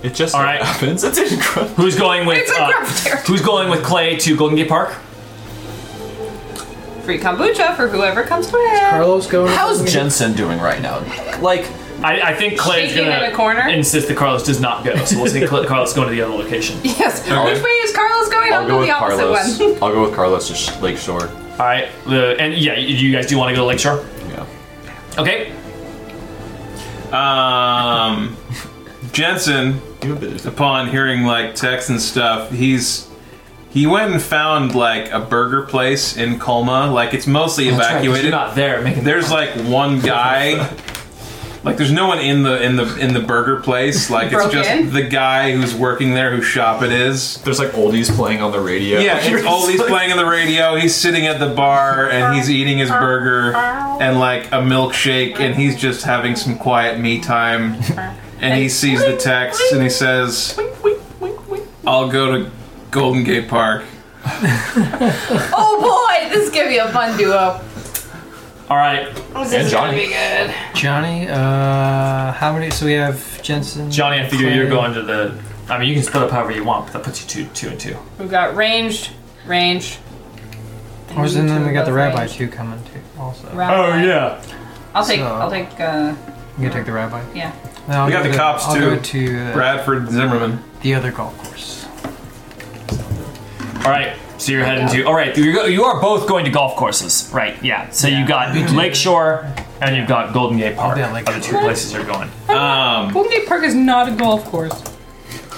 S10: It just
S1: All right.
S10: happens. It's incredible.
S1: Who's going with
S3: It's a
S1: uh,
S3: gruff territory.
S1: Who's going with Clay to Golden Gate Park?
S3: Free kombucha for whoever comes to it.
S6: Carlos going.
S10: How's Jensen doing right now? Like,
S1: I, I think Clay's
S3: Shaking
S1: gonna
S3: in a corner?
S1: insist that Carlos does not go, so we'll see Cl- Carlos going to the other location.
S3: Yes. Which way is Carlos going? I'll,
S10: I'll go
S3: go
S10: with
S3: the
S10: Carlos.
S3: opposite one.
S10: I'll go with Carlos to Lake Shore.
S1: All right, the, and yeah, you you guys do want to go to Lakeshore?
S10: Yeah.
S1: Okay,
S2: Um, Jensen,
S10: You a bit of
S2: upon hearing like texts and stuff, he's he went and found like a burger place in Colma. Like it's mostly
S1: That's right, 'cause
S2: evacuated.
S1: You're not there. Making
S2: there's like one guy. Like there's no one in the in the in the burger place. Like it's
S3: Broke
S2: just
S3: in?
S2: the guy who's working there whose shop it is.
S10: There's like oldies playing on the radio.
S2: Yeah,
S10: You're
S2: it's
S10: just
S2: Ollie's
S10: like-
S2: playing on the radio. He's sitting at the bar and he's eating his burger and like a milkshake, and he's just having some quiet me time. And he sees the text and he says, "I'll go to Golden Gate Park."
S3: Oh boy, this is gonna be a fun duo.
S1: all right,
S3: This is gonna
S10: Johnny.
S3: be good.
S4: Johnny, uh, how many? So we have Jensen.
S1: Johnny. I figure
S4: Clay.
S1: you're going to the. I mean, you can split up however you want, but that puts you two, two and two.
S3: We've got ranged, ranged.
S4: Or is- and then we got the
S3: Both
S4: rabbi
S3: range.
S4: too coming too. Also,
S10: Oh,
S3: Rabbi.
S1: Oh, yeah.
S3: I'll take.
S4: So-
S3: I'll take. Uh,
S4: you can take the rabbi.
S3: yeah.
S4: No, I'll
S2: We got
S4: go
S2: the
S4: to-
S2: cops,
S4: I'll
S2: too.
S4: Go to uh,
S2: Bradford Zimmerman.
S4: the other golf course.
S1: All right, so you're heading to. All right, you you are both going to golf courses, right? Yeah. So you got Lakeshore and you've got Golden Gate Park.
S4: be at Lake
S1: are the two places you're going.
S2: Um,
S3: Golden Gate Park is not a golf course.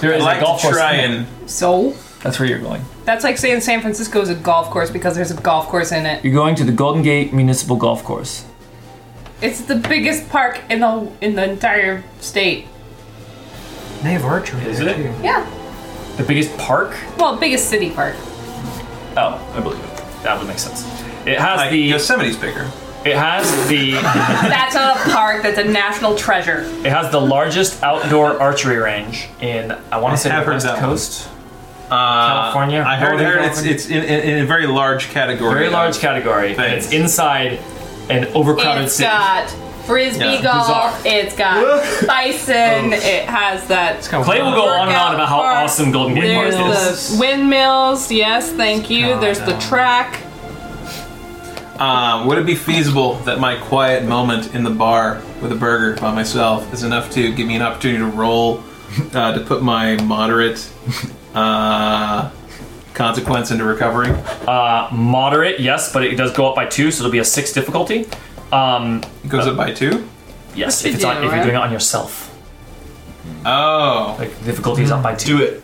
S1: There
S2: I'd
S1: is
S2: like
S1: a golf
S2: to
S1: course.
S2: try and
S3: So
S1: That's where you're going.
S3: that's like saying San Francisco is a golf course because there's a golf course in it.
S1: You're going to the Golden Gate Municipal Golf Course.
S3: It's the biggest park in the in the entire state.
S4: They have archery
S1: Is
S4: there
S1: it?
S4: too.
S3: Yeah.
S1: The biggest park?
S3: Well, biggest city park.
S1: Oh, I believe it. That would make sense. It has
S2: like
S1: the.
S2: Yosemite's bigger.
S1: It has the.
S3: That's not a park. That's a national treasure.
S1: It has the largest outdoor archery range in. I want to say
S2: have
S1: the
S2: heard
S1: West
S2: that one.
S1: Coast.
S2: Uh,
S1: California?
S2: I heard,
S1: Northern
S2: heard it's
S1: California?
S2: it's in, in, in a very large category.
S1: Very
S2: of-
S1: large category. And
S2: Thanks.
S1: it's inside an overcrowded
S3: It's uh,
S1: city.
S3: got frisbee
S2: Yeah.
S3: golf. It's got bison. It has that.
S1: Clay will go on and on about how
S3: Workout
S1: awesome Golden Gate Park
S3: There's
S1: is.
S3: the windmills. Yes, thank you.
S4: God,
S3: There's the
S4: no.
S3: track.
S2: Um, would it be feasible that my quiet moment in the bar with a burger by myself is enough to give me an opportunity to roll uh, to put my moderate uh, consequence into recovery?
S1: Uh, moderate, yes, but it does go up by two, so it'll be a six difficulty. Um,
S2: It goes up by two.
S1: yes,
S3: What you
S1: if, it's on,
S3: do,
S1: if you're
S3: right?
S1: doing it on yourself,
S2: Oh,
S1: like difficulty is up by two.
S10: Do it.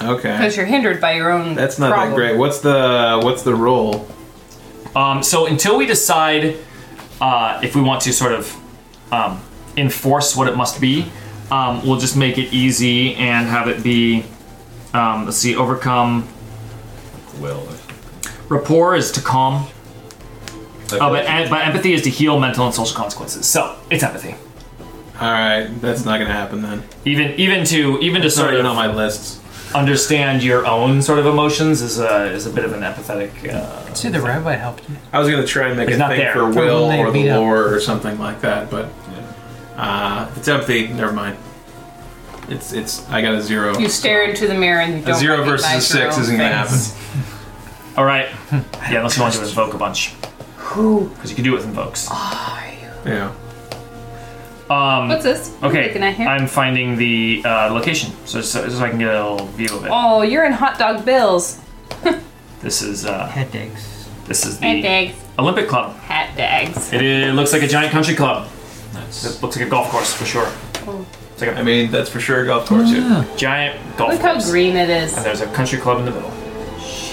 S2: okay.
S3: Because you're hindered by your own.
S2: That's not
S3: problem.
S2: that great. What's the what's the roll?
S1: Um, so until we decide uh, if we want to sort of um, enforce what it must be, um, we'll just make it easy and have it be. Um, let's see, overcome
S5: Will.
S10: Oh,
S1: rapport is to calm.
S5: Okay.
S1: Oh, but, em- but empathy is to heal mental and social consequences. So it's empathy.
S2: All right, that's not gonna happen then.
S1: Even even to even to
S2: It's not
S1: sort of
S2: even on my list.
S1: understand your own sort of emotions is a is a bit of an empathetic. Uh,
S4: See, the rabbi helped you.
S2: I was gonna try and make
S1: It's
S2: a
S1: not
S2: thing
S1: there.
S2: for
S1: For
S2: Will
S4: when they
S2: or
S4: beat
S2: the
S4: up.
S2: lore or something like that, but uh, it's empty. Never mind. It's it's. I got a zero.
S3: You stare into the mirror and you
S2: a
S3: don't.
S2: zero versus a
S3: recognize your
S2: six
S3: own
S2: isn't gonna happen.
S3: face.
S1: all right. Yeah, unless you want to invoke a bunch. Who? Because you can do it with invokes.
S2: Yeah.
S1: Um,
S3: What's this? What am I
S1: Okay,
S3: looking at here?
S1: I'm finding the uh, location, so, so so I can get a little view of it.
S3: Oh, you're in hot dog bills.
S1: This is uh,
S4: Headaches.
S1: this is the
S3: Hat dags.
S1: Olympic Club.
S3: Hat dags.
S1: It, i- looks like a giant country club. It looks like a golf course for sure. It's like
S2: I
S1: a
S2: mean, that's for sure a golf course. yeah.
S1: giant golf
S3: Look how
S1: course,
S3: green it is.
S1: and there's a country club in the middle.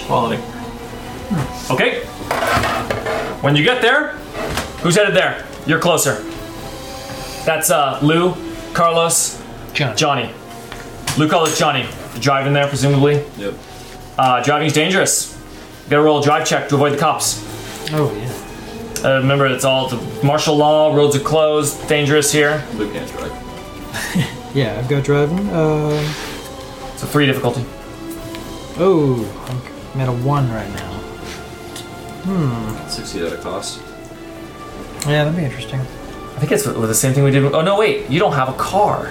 S2: Quality.
S1: Okay. When you get there, who's headed there? You're closer. That's uh, Lou, Carlos,
S4: Johnny.
S1: Johnny. Lou, Carlos, Johnny. Driving there, presumably.
S5: Yep.
S1: Uh, driving's dangerous. You gotta roll a drive check to avoid the cops.
S4: Oh yeah.
S1: Uh, remember, it's all the martial law. Roads are closed. Dangerous here.
S5: Luke can't drive.
S4: Yeah, I've got driving. Uh,
S1: It's a three difficulty.
S4: Oh, I'm at a one right now.
S5: Succeed at a cost.
S4: Yeah, that'd be interesting.
S1: I think it's with the same thing we did. with- Oh no, wait, you don't have a car.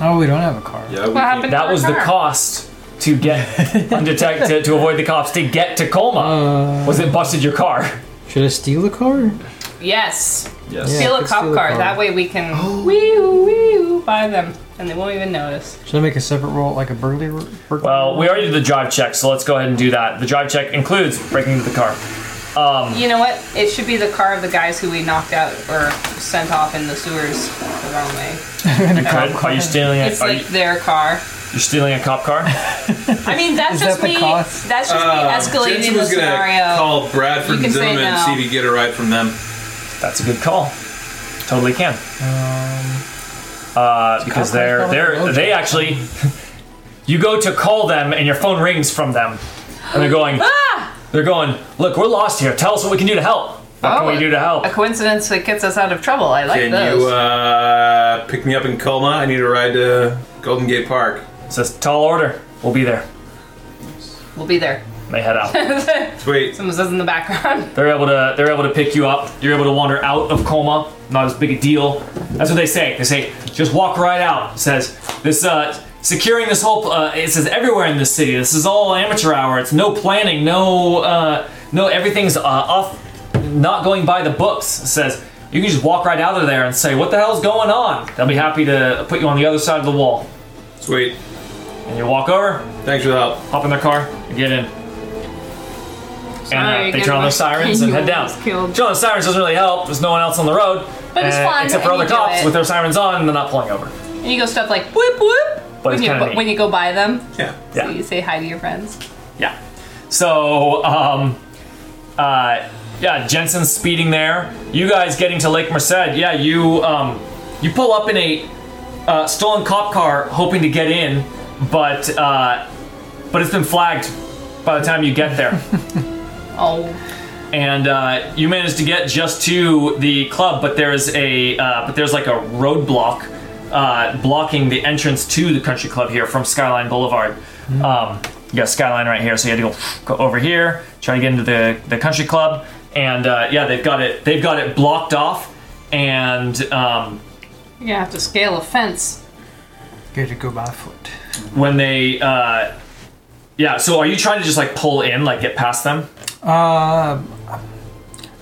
S4: Oh, we don't have a car.
S5: Yeah, we
S3: What happened?
S1: That was the
S3: Car.
S1: cost to get undetected to avoid the cops to get to Colma. was it busted your car?
S4: Should I steal a car?
S3: Yes.
S5: Yes.
S4: Yeah.
S3: Steal
S4: I
S3: a
S4: could
S3: cop
S4: steal a
S3: car.
S4: car.
S3: That way we can wee-oo, wee-oo, buy them, and they won't even notice.
S4: Should I make a separate roll, like a burglary? ro- burglary
S1: Well,
S4: roll?
S1: we already did the drive check, so let's go ahead and do that. The drive check includes breaking into the car.
S3: You know what? It should be the car of the guys who we knocked out or sent off in the sewers the wrong way.
S1: Good. Are you stealing
S3: It's
S1: a, are
S3: like
S1: you,
S3: their car.
S1: you're stealing a cop car?
S3: I mean, that's
S4: Is
S3: just
S4: that the
S3: me.
S4: cost?
S3: That's just me escalating
S2: Jensen
S3: the
S2: Uh, was gonna
S3: scenario.
S2: call Bradford
S3: You can
S2: and
S3: say
S2: Zimmerman and see
S3: no.
S2: if you get a ride from them.
S1: That's a good call. Totally can.
S4: Um,
S1: Uh, because they're they're they actually you go to call them and your phone rings from them. And they're going
S3: Ah!
S1: They're going, "Look, we're lost here. Tell us what we can do to help." What
S3: Oh,
S1: can we do to help?
S3: A coincidence that gets us out of trouble. I like
S2: Can
S3: those.
S2: you uh, pick me up in Coma? I need a ride to Golden Gate Park.
S1: It's a tall order. We'll be there.
S3: We'll be there.
S1: They head out.
S2: Sweet.
S3: Someone says in the background.
S1: They're able to they're able to pick you up. You're able to wander out of coma. Not as big a deal. That's what they say. They say just walk right out. It says this uh, securing this whole. Uh, it says everywhere in this city. This is all amateur hour. It's no planning. No uh, no everything's uh, off. Not going by the books. It says you can just walk right out of there and say what the hell's going on. They'll be happy to put you on the other side of the wall.
S2: Sweet.
S1: And you walk over,
S2: Thanks for the help.
S1: hop in their car, and get in.
S3: Sorry,
S1: and uh, they
S3: good
S1: turn on their
S3: luck.
S1: sirens
S3: You
S1: and head down.
S3: almost killed.
S1: Turn on the sirens doesn't really help. There's no one else on the road.
S3: But it's
S1: uh,
S3: fun,
S1: Except for other
S3: and you do
S1: cops
S3: it.
S1: with their sirens on and they're not pulling over.
S3: And you go stuff like whoop whoop
S1: But
S3: when
S1: it's
S3: you
S1: kinda neat.
S3: when you go by them.
S2: Yeah.
S3: So
S1: Yeah.
S3: you say hi to your friends.
S1: Yeah. So, um, uh, yeah, Jensen's speeding there. You guys getting to Lake Merced. Yeah, you, um, you pull up in a uh, stolen cop car hoping to get in, but, uh, but it's been flagged by the time you get there.
S3: Oh,
S1: and uh, you managed to get just to the club, but there's a uh, but there's like a roadblock uh, blocking the entrance to the country club here from Skyline Boulevard. Um, you got Skyline right here, so you had to go, go over here, try to get into the, the country club, and uh, yeah, they've got it they've got it blocked off, and um,
S3: you're gonna have to scale a fence.
S4: Good to go by foot.
S1: when they uh, yeah, so are you trying to just like pull in, like get past them?
S4: Uh,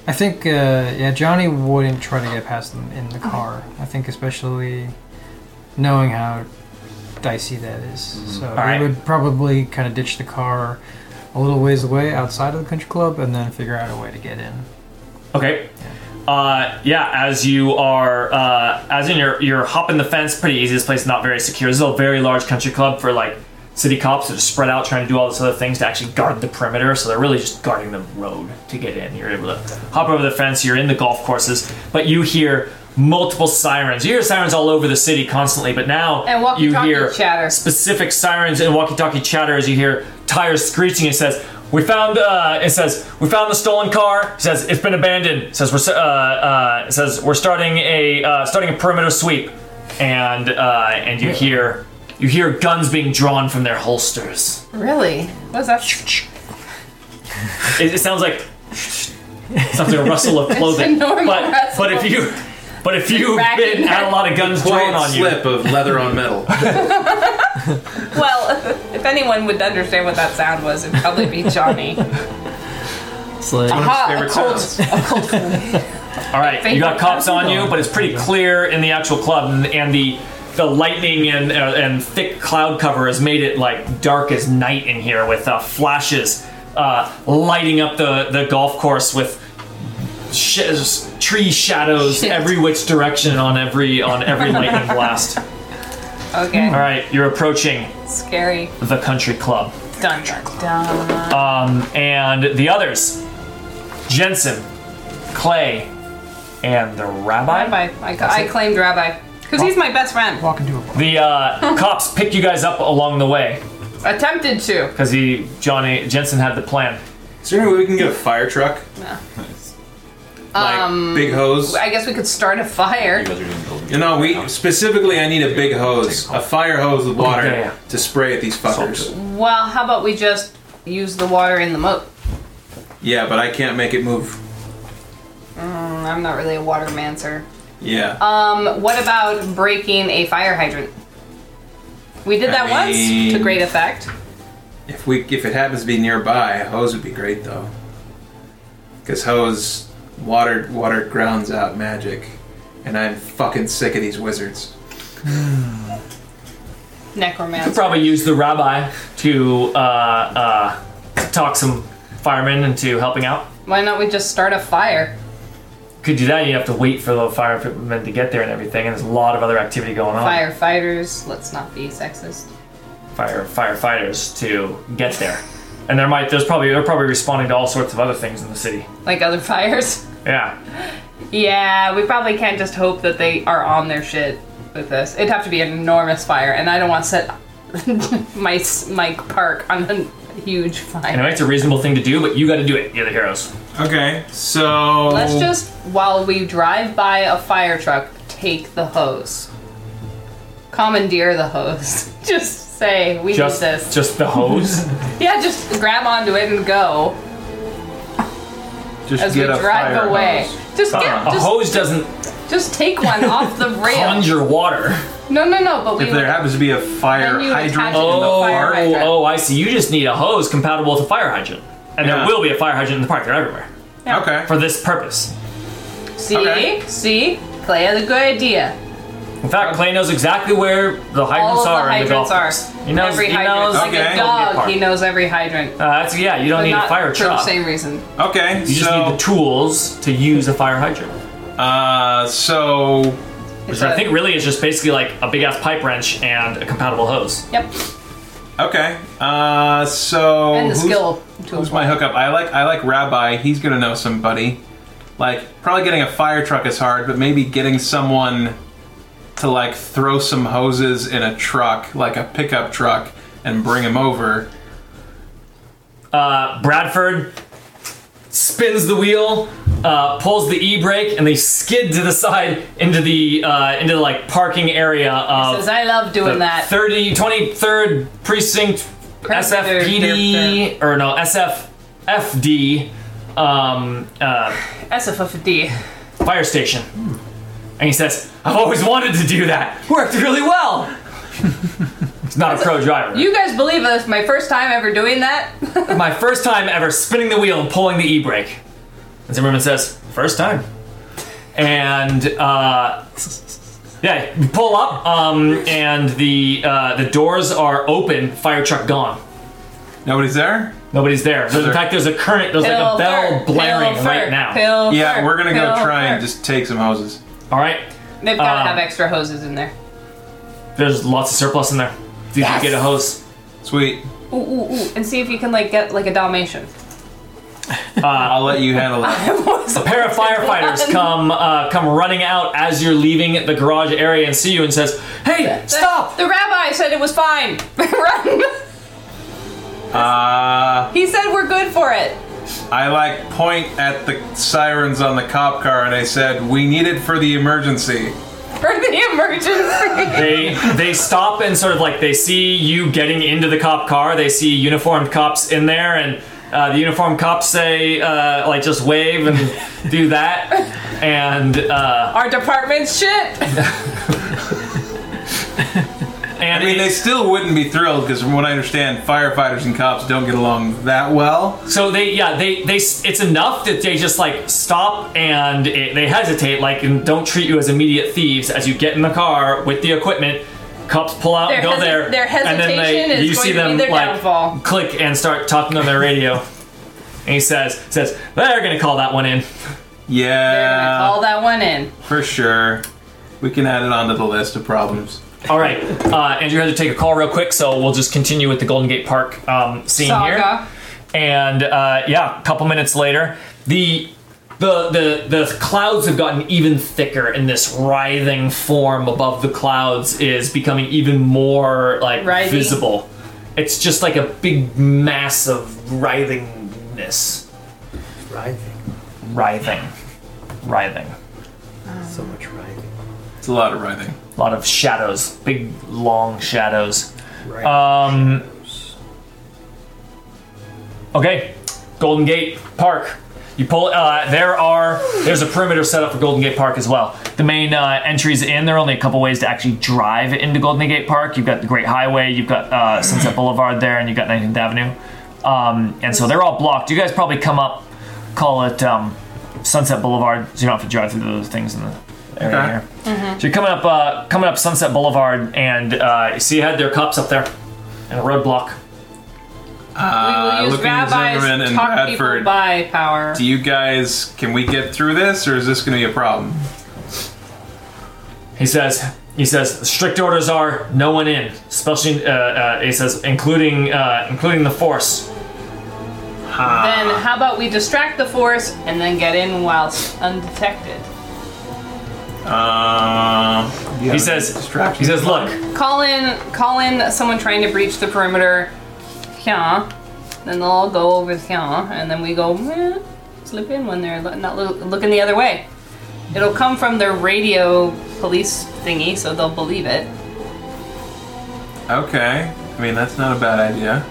S4: I think uh, yeah, Johnny wouldn't try to get past them in the car. I think especially knowing how dicey that is, so he
S1: right.
S4: would probably kind of ditch the car a little ways away outside of the country club and then figure out a way to get in.
S1: Okay. Uh, yeah, as you are, uh, as in you're, you're hopping the fence, pretty easy. This place is not very secure. This is a very large country club for like city cops that are spread out trying to do all this other things to actually guard the perimeter. So they're really just guarding the road to get in. You're able to hop over the fence, you're in the golf courses, but you hear multiple sirens. You hear sirens all over the city constantly, but now
S3: And
S1: you
S3: walkie-talkie
S1: hear
S3: chatter.
S1: specific sirens and walkie-talkie chatter as you hear tires screeching. It says, "We found." Uh, it says, "We found the stolen car." It says, "It's been abandoned." It says, "We're s- uh, uh, it says we're starting a uh, starting a perimeter sweep," and uh, and you hear you hear guns being drawn from their holsters.
S3: Really? What's that?
S1: It, it sounds like sounds like a rustle of clothing,
S3: normal
S1: but
S3: rustle.
S1: but if you but if you've
S3: Racking
S1: been had a lot of guns drawn
S2: Quiet
S1: on you,
S2: slip of leather on metal.
S3: Well, if anyone would understand what that sound was, it'd probably be Johnny.
S4: It's like
S3: Aha, a
S2: favorite
S3: cold,
S2: sounds.
S3: a cold
S1: All right, you got cops on you, but it's pretty clear in the actual club, and, and the the lightning and uh, and thick cloud cover has made it like dark as night in here, with uh, flashes uh, lighting up the the golf course with sh- tree shadows
S3: Shit.
S1: every which direction on every on every lightning blast.
S3: Okay,
S2: Mm-hmm.
S1: All right, you're approaching
S3: scary.
S1: the country club.
S3: Dun dun dun.
S1: and the others Jensen, Clay, and the rabbi.
S3: Rabbi, I, I claimed Rabbi because he's my best friend.
S4: walking to a bar.
S1: The uh, cops pick you guys up along the way
S3: Attempted to.
S1: because he Johnny Jensen had the plan.
S2: Is there any way we can get a fire truck? Like big hose.
S3: Um, I guess we could start a fire.
S10: You guys are gonna build
S2: You know, we specifically I need a big hose, a fire hose with water
S1: yeah, yeah.
S2: to spray at these fuckers.
S3: Well, how about we just use the water in the moat?
S2: Yeah, but I can't make it move.
S3: Mm, I'm not really a water man, sir.
S2: Yeah.
S3: Um, what about breaking a fire hydrant? We did
S2: I
S3: that once to
S2: mean-
S3: great effect.
S2: If we if it happens to be nearby, hose would be great though. Cause hose water water grounds out magic. And I'm fucking sick of these wizards.
S1: could
S3: Necromancer.
S1: probably use the rabbi to uh, uh, talk some firemen into helping out.
S3: Why not we just start a fire?
S1: Could do that. You have to wait for the firemen to get there and everything, and there's a lot of other activity going on.
S3: Firefighters, let's not be sexist.
S1: Fire firefighters to get there, and there might there's probably they're probably responding to all sorts of other things in the city.
S3: Like other fires.
S1: Yeah,
S3: Yeah, we probably can't just hope that they are on their shit with this. It'd have to be an enormous fire, and I don't want to set my s- my park on a huge fire.
S1: anyway, it's a reasonable thing to do, but you got to do it. You're the heroes.
S2: Okay, so
S3: Let's just, while we drive by a fire truck, take the hose. Commandeer the hose. just say, we
S1: Just
S3: need this.
S1: just the hose.
S3: yeah, just grab onto it and go
S2: just
S3: as we
S2: get a
S3: drive
S2: fire
S3: away.
S2: hose.
S3: Just
S1: a
S3: get, just,
S1: hose doesn't
S3: just take one off the rail.
S1: conjure water.
S3: No, no, no, but we
S2: If there happens to be a fire
S3: Then you attach
S2: hydrant
S3: it to
S2: in
S3: the
S2: the
S3: fire
S2: park,
S3: hydrant.
S1: Oh, I see. You just need a hose compatible with a fire hydrant, and
S2: Yeah.
S1: there will be a fire hydrant in the park. They're everywhere
S2: okay.
S1: for this purpose.
S3: see,
S2: okay.
S3: see, Clay had a good idea.
S1: In fact, Clay knows exactly where the
S3: All
S1: hydrants
S3: of
S1: are
S3: the
S1: in the golf
S3: hydrants are.
S1: course. He knows.
S3: every
S1: he
S3: hydrant.
S1: knows.
S3: Like
S2: Okay.
S3: a
S1: Park.
S3: dog, he knows every hydrant.
S1: Uh, that's yeah. You don't
S3: But
S1: need
S3: not
S1: a fire
S3: for the
S1: truck.
S3: same reason.
S2: Okay,
S1: You just
S2: so
S1: need the tools to use a fire hydrant,
S2: uh so
S1: which
S3: It's
S1: I
S3: a-
S1: think really is just basically like a big ass pipe wrench and a compatible hose.
S3: Yep.
S2: okay. Uh so
S3: And the
S2: who's-
S3: skill to
S2: Who's
S3: apply.
S2: my hookup? I like I like Rabbi. He's gonna know somebody. Like probably getting a fire truck is hard, but maybe getting someone to like throw some hoses in a truck, like a pickup truck, and bring him over.
S1: Uh, Bradford spins the wheel, uh, pulls the e brake, and they skid to the side into the uh, into the, like parking area of
S3: Because I love doing that.
S1: 30, 23rd precinct SFPD or no SFFD um, uh,
S3: SFFD.
S1: fire station, and he says, "I've always wanted to do that. Worked really well." It's not a pro driver.
S3: You guys believe this? My first time ever doing that.
S1: My first time ever spinning the wheel and pulling the e brake. And Zimmerman says, first time. And, uh, yeah, you pull up, um, and the uh, the doors are open, fire truck gone.
S2: Nobody's there.
S1: Nobody's there. There's, in fact, there's a current, there's like a bell
S3: fur,
S1: blaring
S3: pill
S1: right
S3: fur,
S1: now.
S3: pill
S2: Yeah,
S3: fur,
S2: we're gonna
S3: pill
S2: go try and
S3: fur.
S2: just take some hoses.
S1: All right,
S3: They've gotta
S1: um,
S3: have extra hoses in there.
S1: there's lots of surplus in there. You can get a hose.
S2: Sweet.
S3: Ooh, ooh, ooh, and see if you can like get like a Dalmatian.
S2: Uh, I'll let you handle that.
S1: A pair of firefighters come uh, come running out as you're leaving the garage area and see you and says, "Hey, stop!"
S3: The rabbi said it was fine. Run.
S2: Uh,
S3: He said we're good for it.
S2: I like point at the sirens on the cop car, and I said, "We need it for the emergency."
S3: For the emergency.
S1: they they stop and sort of like they see you getting into the cop car. They see uniformed cops in there, and uh, the uniformed cops say uh, like just wave and do that. And uh,
S3: Our department's shit.
S1: and
S2: I mean, they
S1: it-
S2: still wouldn't be thrilled because, from what I understand, firefighters and cops don't get along that well.
S1: so they yeah they they s- it's enough that they just like stop and it, they hesitate like and don't treat you as immediate thieves as you get in the car with the equipment. Cops pull out
S3: Their
S1: and go
S3: hesi-
S1: there.
S3: their
S1: and then
S3: hesitation
S1: they,
S3: is
S1: you
S3: going
S1: see
S3: to be
S1: them
S3: their
S1: like
S3: downfall.
S1: click and start talking on their radio. and he says says they're gonna call that one in. uh,
S3: They're gonna
S2: Yeah,
S3: call that one in.
S2: for sure. We can add it onto the list of problems.
S1: All right, uh, Andrew had to take a call real quick, so we'll just continue with the Golden Gate Park um, scene here.
S3: Saga.
S1: And uh, yeah, a couple minutes later, the the the the clouds have gotten even thicker, and this writhing form above the clouds is becoming even more like
S3: Writhing.
S1: visible. It's just like a big mass of writhingness.
S6: Writhing.
S1: Writhing. writhing.
S6: So much right.
S2: It's a lot of writhing.
S1: A lot of shadows, big, long shadows.
S6: Right.
S1: Um, okay, Golden Gate Park. You pull. Uh, there are. There's a perimeter set up for Golden Gate Park as well. The main uh, entries in. There are only a couple ways to actually drive into Golden Gate Park. You've got the Great Highway. You've got uh, Sunset Boulevard there, and you've got 19th Avenue. Um, and so they're all blocked. You guys probably come up, call it um, Sunset Boulevard, so you don't have to drive through those things in the area
S2: Okay.
S1: here. So you're coming up, uh, coming up Sunset Boulevard, and uh, you see you had their cops up there, and a roadblock.
S2: Uh,
S3: we will use
S2: looking at
S3: rabbis
S2: Zimmerman
S3: to
S2: and
S3: talk people
S2: Bradford,
S3: by power.
S2: do you guys can we get through this, or is this going to be a problem?
S1: He says, he says, strict orders are no one in, especially. Uh, uh, he says, including uh, including the force. Uh.
S3: Then how about we distract the force and then get in whilst undetected?
S2: Uh,
S1: he says, he says, look,
S3: Call in, call in someone trying to breach the perimeter. Yeah. Then they'll all go over yeah, and then we go eh, slip in when they're lo- not loo- looking the other way. It'll come from their radio police thingy, so they'll believe it.
S2: okay. I mean, that's not a bad idea.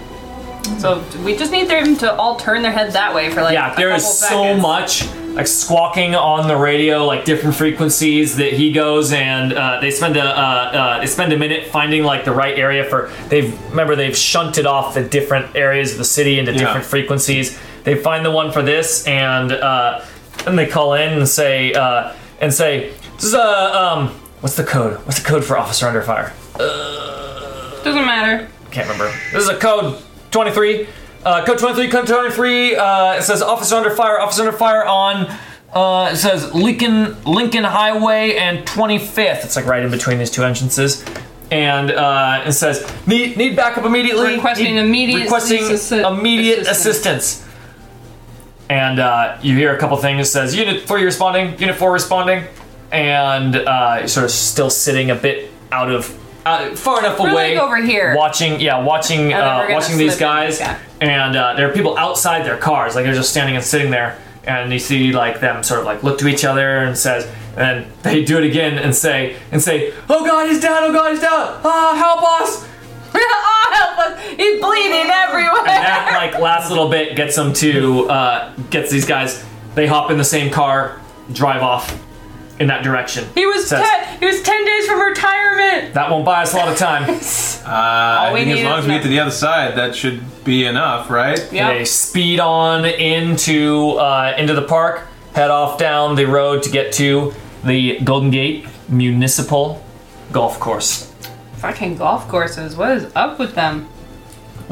S3: So we just need them to all turn their head that way for like
S1: yeah,
S3: a
S1: there is
S3: couple
S1: so
S3: seconds.
S1: much like squawking on the radio, like different frequencies that he goes, and uh, they spend a uh, uh, they spend a minute finding like the right area for. They've remember they've shunted off the different areas of the city into different frequencies. They find the one for this, and uh, and they call in and say uh, and say this is a um what's the code? What's the code for officer under fire?
S3: Doesn't matter.
S1: can't remember. This is a code 23. Uh, code 23, code 23. Uh, it says officer under fire, officer under fire on. Uh, it says Lincoln Lincoln Highway and 25th. It's like right in between these two entrances. And uh, it says need need backup immediately.
S3: Requesting
S1: Need-
S3: immediate
S1: requesting
S3: assi-
S1: immediate
S3: assistance."
S1: assistance. And uh, you hear a couple things. It says unit three responding, unit four responding, and uh, you're sort of still sitting a bit out of uh, far enough
S3: We're,
S1: away.
S3: like, over here.
S1: Watching, yeah, watching,
S3: And then we're
S1: uh,
S3: gonna
S1: watching these
S3: slip in,
S1: guys,
S3: yeah.
S1: and uh, there are people outside their cars, like they're just standing and sitting there, and you see like them sort of like look to each other and says, and they do it again and say and say, oh god, he's down, oh god, he's down, ah, help us.
S3: oh, help us! He's bleeding everywhere.
S1: And that like last little bit gets them to uh, gets these guys. They hop in the same car, drive off in that direction.
S3: He was
S1: Says-
S3: ten. He was ten days from retirement.
S1: That won't buy us a lot of time.
S2: Uh, I
S3: we
S2: think as
S3: need
S2: long
S3: is
S2: as we
S3: no-
S2: get to the other side, that should be enough, right?
S1: They speed on into uh, into the park, head off down the road to get to the Golden Gate Municipal Golf Course.
S3: Fucking golf courses. What is up with them?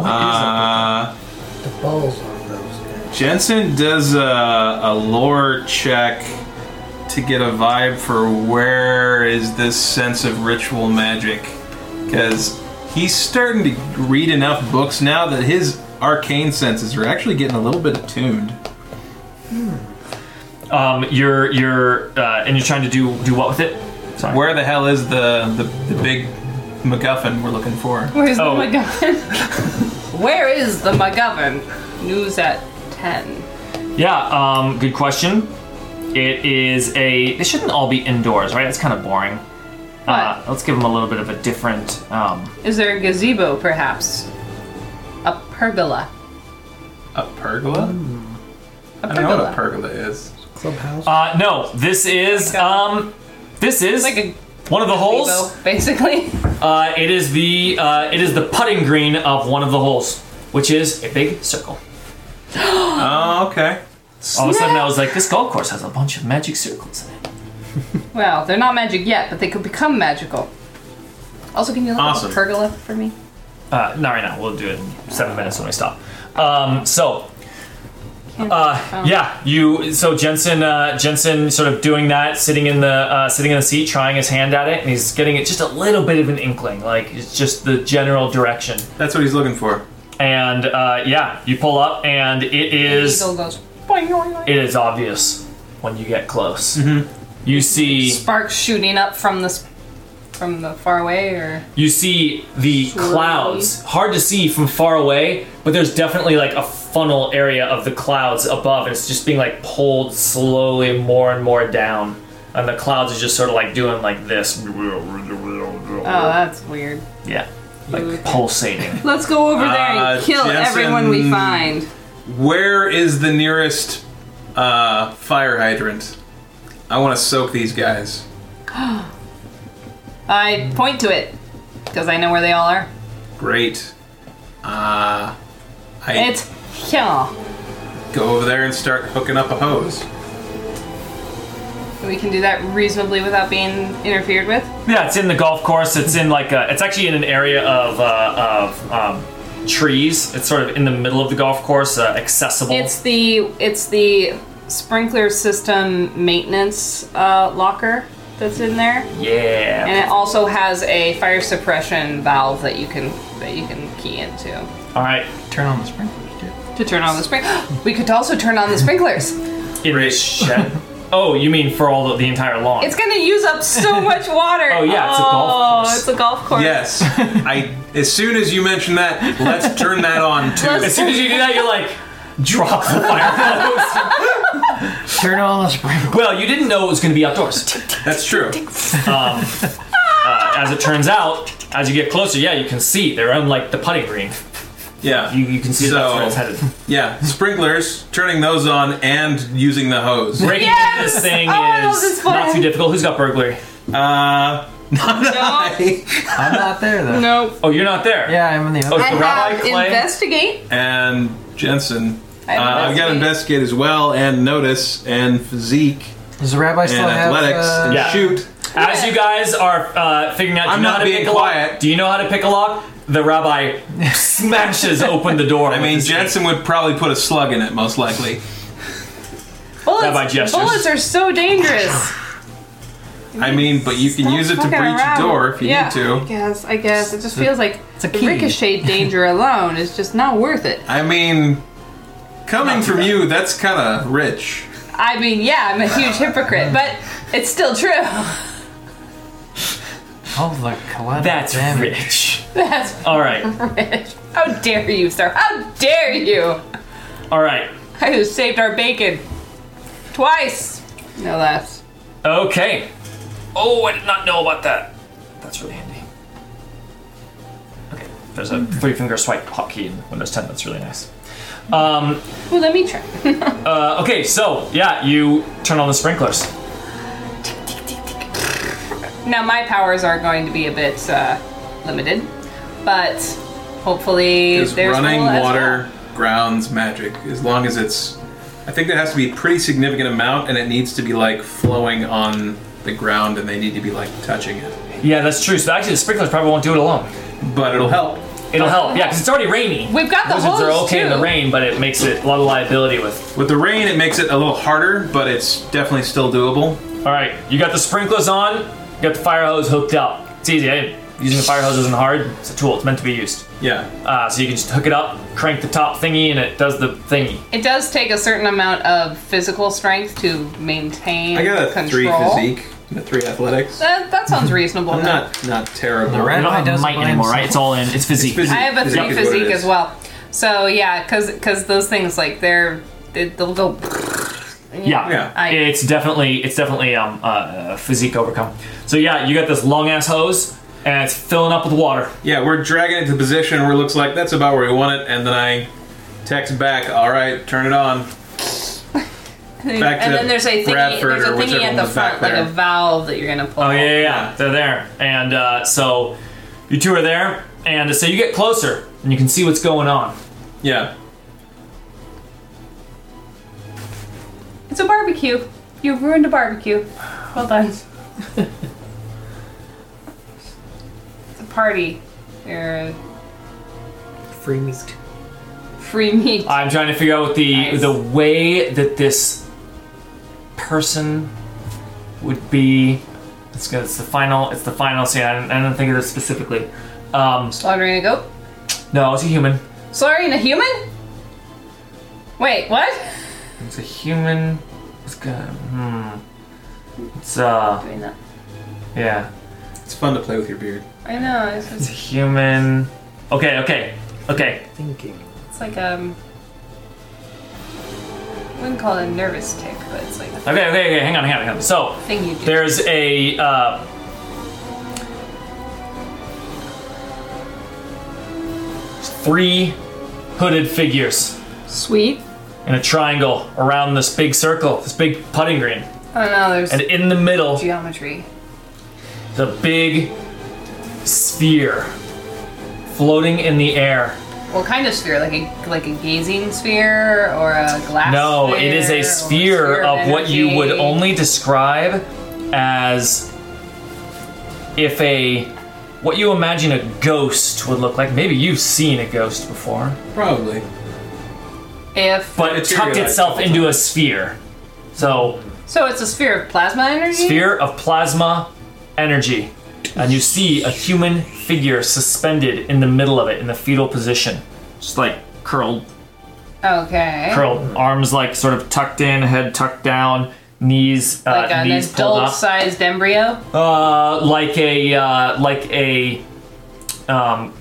S2: Uh,
S6: The balls on those. Yeah.
S2: Jensen does a, a lore check to get a vibe for where is this sense of ritual magic because he's starting to read enough books now that his arcane senses are actually getting a little bit attuned
S1: Um, you're you're uh, and you're trying to do do what with it? Sorry.
S2: where the hell is the the, the big macguffin we're looking for
S3: Where's
S1: Oh.
S3: the McGovern? Where is the McGovern? News at ten.
S1: Yeah. Um, good question. It is a. They shouldn't all be indoors, right? It's kind of boring. Uh, let's give them a little bit of a different. Um,
S3: Is there a gazebo, perhaps? A pergola.
S2: a pergola
S3: A
S2: i don't know what
S3: pergola.
S2: a pergola is
S6: Clubhouse.
S1: uh, no, this is um, this is
S3: like a
S1: one of the holes.
S3: gazebo, basically.
S1: Uh, it is the uh, it is the putting green of one of the holes, which is a big circle.
S2: oh okay
S1: All of a sudden, I was like, this golf course has a bunch of magic circles in it.
S3: Well, they're not magic yet, but they could become magical. Also, can you look
S2: Awesome.
S3: up a pergola for me?
S1: Uh, not right now. We'll do it in seven minutes when we stop. Um, so. Uh, yeah, you. So Jensen, uh, Jensen, sort of doing that, sitting in the uh, sitting in the seat, trying his hand at it, and he's getting it just a little bit of an inkling, like it's just the general direction.
S2: that's what he's looking for
S1: And uh, yeah, you pull up, and it is
S3: Eagle goes.
S1: it is obvious when you get close. You see
S3: Sparks shooting up from this from the far away, or
S1: you see the clouds hard to see from far away but there's definitely like a funnel area of the clouds above and it's just being like pulled slowly more and more down and the clouds are just sort of like doing like this
S3: oh, that's weird.
S1: yeah like pulsating
S3: Let's go over there and
S2: Uh,
S3: kill
S2: Jensen-
S3: everyone we find.
S2: Where is the nearest uh, fire hydrant? I want to soak these guys.
S3: I point to it because I know where they all are.
S2: Great. Uh, I
S3: It's here.
S2: go over there and start hooking up a hose.
S3: We can do that reasonably without being interfered with.
S1: yeah it's in the golf course it's in like a, it's actually in an area of uh, of um, trees it's sort of in the middle of the golf course uh, accessible
S3: It's the it's the sprinkler system maintenance uh, locker that's in there,
S1: yeah
S3: and it also has a fire suppression valve that you can that you can key into
S1: all right
S4: Turn on the sprinklers, dude.
S3: to turn on the spring. we could also turn on the sprinklers.
S1: in the shed oh you mean for all the, the entire lawn
S3: It's gonna use up so much water.
S1: Oh, yeah, it's a golf
S3: Oh,
S1: course.
S3: it's a golf course.
S2: Yes. I. As soon as you mention that, let's turn that on too.
S1: As soon as you do that, you're like, drop the fire
S4: Turn on the sprinklers.
S1: well, you didn't know it was going to be outdoors.
S2: That's true.
S1: Uh, as it turns out, as you get closer, yeah, you can see they're on like the putting green.
S2: Yeah.
S1: You, you can see that's where it's headed.
S2: Yeah, sprinklers, turning those on and using the hose.
S1: Breaking into this thing
S3: Oh,
S1: is
S3: this is fun.
S1: not too difficult. Who's got burglary?
S2: Uh,
S4: I'm not there though.
S3: No.
S1: Oh, you're not there.
S4: Yeah, I'm in the
S1: Oh,
S4: other.
S1: it's
S3: I
S1: the rabbi
S3: have
S1: Clay.
S3: investigate.
S2: and Jensen.
S3: I
S2: Uh,
S3: have
S2: I've got investigate as well, and notice, and physique,
S4: Does the rabbi
S2: and
S4: still have?
S2: athletics,
S4: uh,
S2: and
S1: Yeah.
S2: shoot.
S1: As you guys are uh, figuring out, do
S2: I'm
S1: you know
S2: not
S1: how to
S2: being
S1: pick a
S2: quiet.
S1: lock? Do you know how to pick a lock? The rabbi smashes open the door.
S2: I mean, Jensen would probably put a slug in it, most likely.
S1: Rabbi
S3: Bullets,
S1: gestures.
S3: bullets are so dangerous.
S2: I mean, but you can
S3: Stop
S2: use it to
S3: fucking
S2: breach
S3: around.
S2: a door if you
S3: yeah,
S2: need to.
S3: I guess, I guess. It just feels like
S4: a
S3: the
S4: key.
S3: ricochet danger alone is just not worth it.
S2: I mean, coming from you, that's kind of rich.
S3: I mean, yeah, I'm a huge hypocrite, but it's still true.
S4: Oh, the collateral
S1: That's
S4: damage.
S1: rich.
S3: That's
S2: Oh.
S1: All right,
S3: rich. How dare you, sir? How dare you?
S1: all right.
S3: I just saved our bacon. Twice. No less.
S1: Okay. Oh, I did not know about that. That's really handy. Okay, there's a three finger swipe hotkey in Windows 10. That's really nice. Um,
S3: Well, let me try.
S1: uh, okay, so yeah, you turn on the sprinklers.
S3: Now, my powers are going to be a bit uh, limited, but hopefully
S2: Is
S3: there's
S2: running
S3: will as
S2: water grounds magic as long as it's i think there has to be a pretty significant amount and it needs to be like flowing on the ground and they need to be like touching it
S1: Yeah, that's true. So actually, the sprinklers probably won't do it alone.
S2: but it'll help
S1: It'll help. Yeah, because it's already rainy.
S3: We've got the
S1: Wizards are
S3: hose,
S1: okay in the
S3: too.
S1: rain, but it makes it a lot of liability with.
S2: with the rain it makes it a little harder but it's definitely still doable
S1: All right, you got the sprinklers on. You got the fire hose hooked up. It's easy. eh? Using the fire hose isn't hard. It's a tool. It's meant to be used.
S2: yeah
S1: Uh, so you can just hook it up, crank the top thingy, and it does the thingy.
S3: It does take a certain amount of physical strength to maintain.
S2: i got a
S3: control.
S2: three physique and a three athletics
S3: That, that sounds reasonable.
S2: i'm
S3: though.
S2: not not terrible
S4: The
S1: I
S4: rabbi
S1: don't have
S4: doesn't
S1: might
S4: blame
S1: anymore, right?
S4: himself.
S1: It's all in. It's physique.
S2: Physique-
S3: I have a
S2: physique
S3: three
S2: is what it
S3: physique
S2: is.
S3: as well. So yeah, because those things like they're they, they'll go.
S1: Yeah,
S2: Yeah.
S3: I-
S1: it's definitely it's definitely um uh, physique overcome. So yeah, you got this long ass hose, and it's filling up with water.
S2: yeah we're dragging it to position where it looks like that's about where we want it and then i text back all right turn it on Back
S3: and
S2: to
S3: then there's a thingy,
S2: Bradford
S3: there's a
S2: or
S3: thingy
S2: whichever
S3: at the
S2: one's back
S3: front, like
S2: there.
S3: a valve that you're gonna pull.
S1: Oh yeah, yeah, yeah. they're there, and uh, so you two are there, and uh, so you get closer, and you can see what's going on.
S2: yeah
S3: It's a barbecue. You ruined a barbecue. Well done. it's a party. You're
S6: Free meat.
S3: free meat.
S1: I'm trying to figure out what the
S3: Nice.
S1: the way that this person would be. It's good. It's the final. It's the final scene. I didn't, I didn't think of this specifically. Um,
S3: Slaughtering a goat.
S1: no, it's a human.
S3: Slaughtering a human? Wait, what?
S1: It's a human. It's good. Hmm. It's uh.
S3: Doing that.
S1: Yeah.
S2: It's fun to play with your beard.
S3: I know. It's, just,
S1: Human. Okay, okay, okay.
S6: Thinking.
S3: it's like um. I wouldn't call it a nervous tick, but it's like a
S1: Okay, okay, okay. Hang on, hang on, hang on. So
S3: thing you do.
S1: there's a uh, three hooded figures
S3: Sweet.
S1: in a triangle around this big circle, this big putting green,
S3: Oh no, there's
S1: and in the middle,
S3: geometry.
S1: the big sphere floating in the air.
S3: What kind of sphere? Like a like a gazing sphere or a glass?
S1: No, it is
S3: sphere or
S1: a sphere of what you would
S3: energy?
S1: only describe as if a what you imagine a ghost would look like. Maybe you've seen a ghost before,
S2: Probably.
S3: If
S1: but it tucked
S2: Materialized
S1: itself into a sphere. So,
S3: so, it's a sphere of plasma energy.
S1: sphere of plasma energy. And you see a human figure suspended in the middle of it in the fetal position. Just like curled
S3: Okay.
S1: curled arms like sort of tucked in, head tucked down, knees uh,
S3: Like an
S1: knees pulled up.
S3: adult-sized embryo.
S1: Uh, like a uh, like a um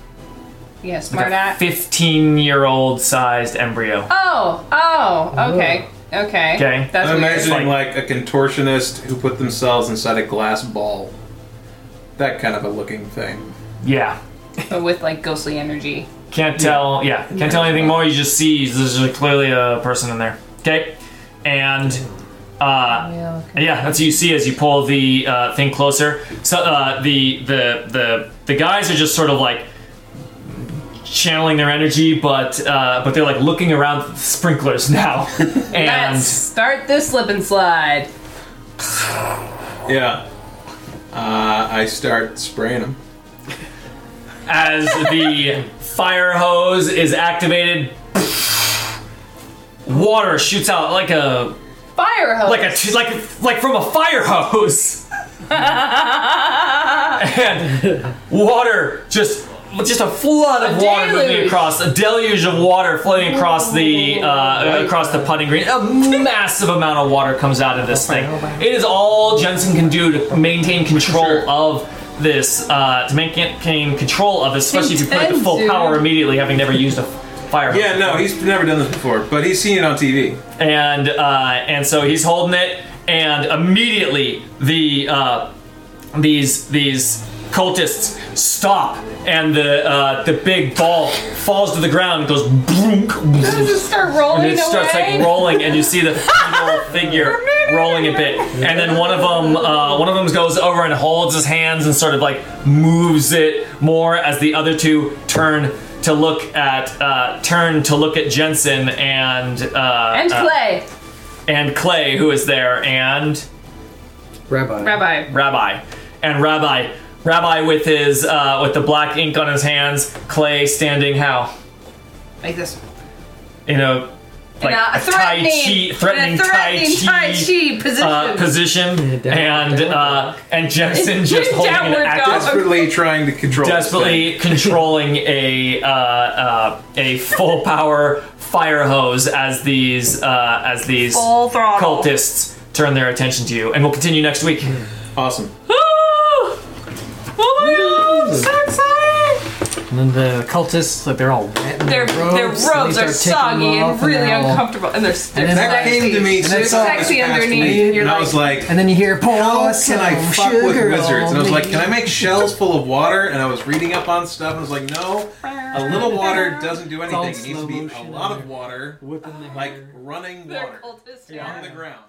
S3: Yeah, smart ass.
S1: 15 year old sized embryo.
S3: Oh, oh, okay, okay.
S1: Okay.
S3: That's
S2: I'm
S3: weird.
S2: imagining like a contortionist who put themselves inside a glass ball. That kind of a looking thing.
S1: Yeah.
S3: But with like ghostly energy.
S1: Can't tell. Yeah. Can't tell anything more. You just see there's just clearly a person in there. Okay. And uh
S3: Yeah. Okay.
S1: yeah, that's what you see as you pull the uh, thing closer. So uh, the the the the guys are just sort of like channeling their energy, but uh, but they're like looking around at the sprinklers now. and
S3: Let's start this slip and slide.
S2: Yeah. Uh, I start spraying them.
S1: as the fire hose is activated. Water shoots out like a
S3: Fire hose.
S1: like a t- like a- like from a fire hose, and water just just a flood of
S3: A
S1: water moving
S3: deluge.
S1: across a deluge of water floating across the uh, across the putting green. A massive amount of water comes out of
S3: Oh,
S1: this thing. It is all Jensen can do to maintain control of this uh, to maintain control of this, especially if you put it to full
S3: Intense,
S1: power
S3: dude.
S1: immediately, having never used a fire. hose
S2: Yeah, no, he's never done this before, but he's seen it on TV.
S1: and uh, and so he's holding it, and immediately the uh, these these cultists stop, and the uh, the big ball falls to the ground and goes broonk,
S3: Does it
S1: broonk,
S3: start
S1: and
S3: rolling
S1: it starts
S3: away?
S1: like rolling, and you see the little figure rolling a bit, and then one of them uh, one of them goes over and holds his hands and sort of like moves it more as the other two turn. To look at, uh, turn to look at Jensen and uh,
S3: and
S1: uh,
S3: play.
S1: and Clay, who is there, and
S4: Rabbi.
S3: Rabbi.
S1: Rabbi, and Rabbi, Rabbi with his uh, with the black ink on his hands, Clay standing how
S3: Like this.
S1: you know, like
S3: in a,
S1: a Tai Chi,
S3: threatening,
S1: threatening,
S3: in a threatening
S1: Tai Chi.
S3: position.
S1: Uh, position
S4: downward
S1: and
S4: dog.
S1: uh, and Jensen just holding an
S3: Downward
S1: active,
S3: dog.
S2: Desperately trying to control this
S1: desperately controlling a uh, uh, a full power fire hose as these uh, as these
S3: Full throttle.
S1: cultists turn their attention to you, and we'll continue next week.
S2: thing. Awesome.
S3: oh my god! I'm so excited!
S4: And then the cultists, like they're all wet. in
S3: Their, their
S4: robes, and
S3: robes
S4: they
S3: are
S4: start
S3: soggy
S4: taking them off
S3: and really
S4: they're all-
S3: uncomfortable, and they're, they're
S4: then
S2: That
S3: sexy.
S2: came to me.
S3: They're
S2: so
S3: sexy underneath. You're
S2: and I
S3: like,
S2: was like,
S4: And then you hear,
S2: how
S4: "Pour
S2: can I
S4: some
S2: fuck with
S4: sugar
S2: wizards? And I was
S4: on
S2: like,
S4: me."
S2: can I make shells full of water? And I was reading up on stuff. And I was like, no, a little water doesn't do
S4: all
S2: anything. It needs to
S4: slow
S2: be a
S4: motion
S2: lot
S4: in
S2: of water, like running
S3: they're
S2: water
S3: cultist.
S2: on the ground.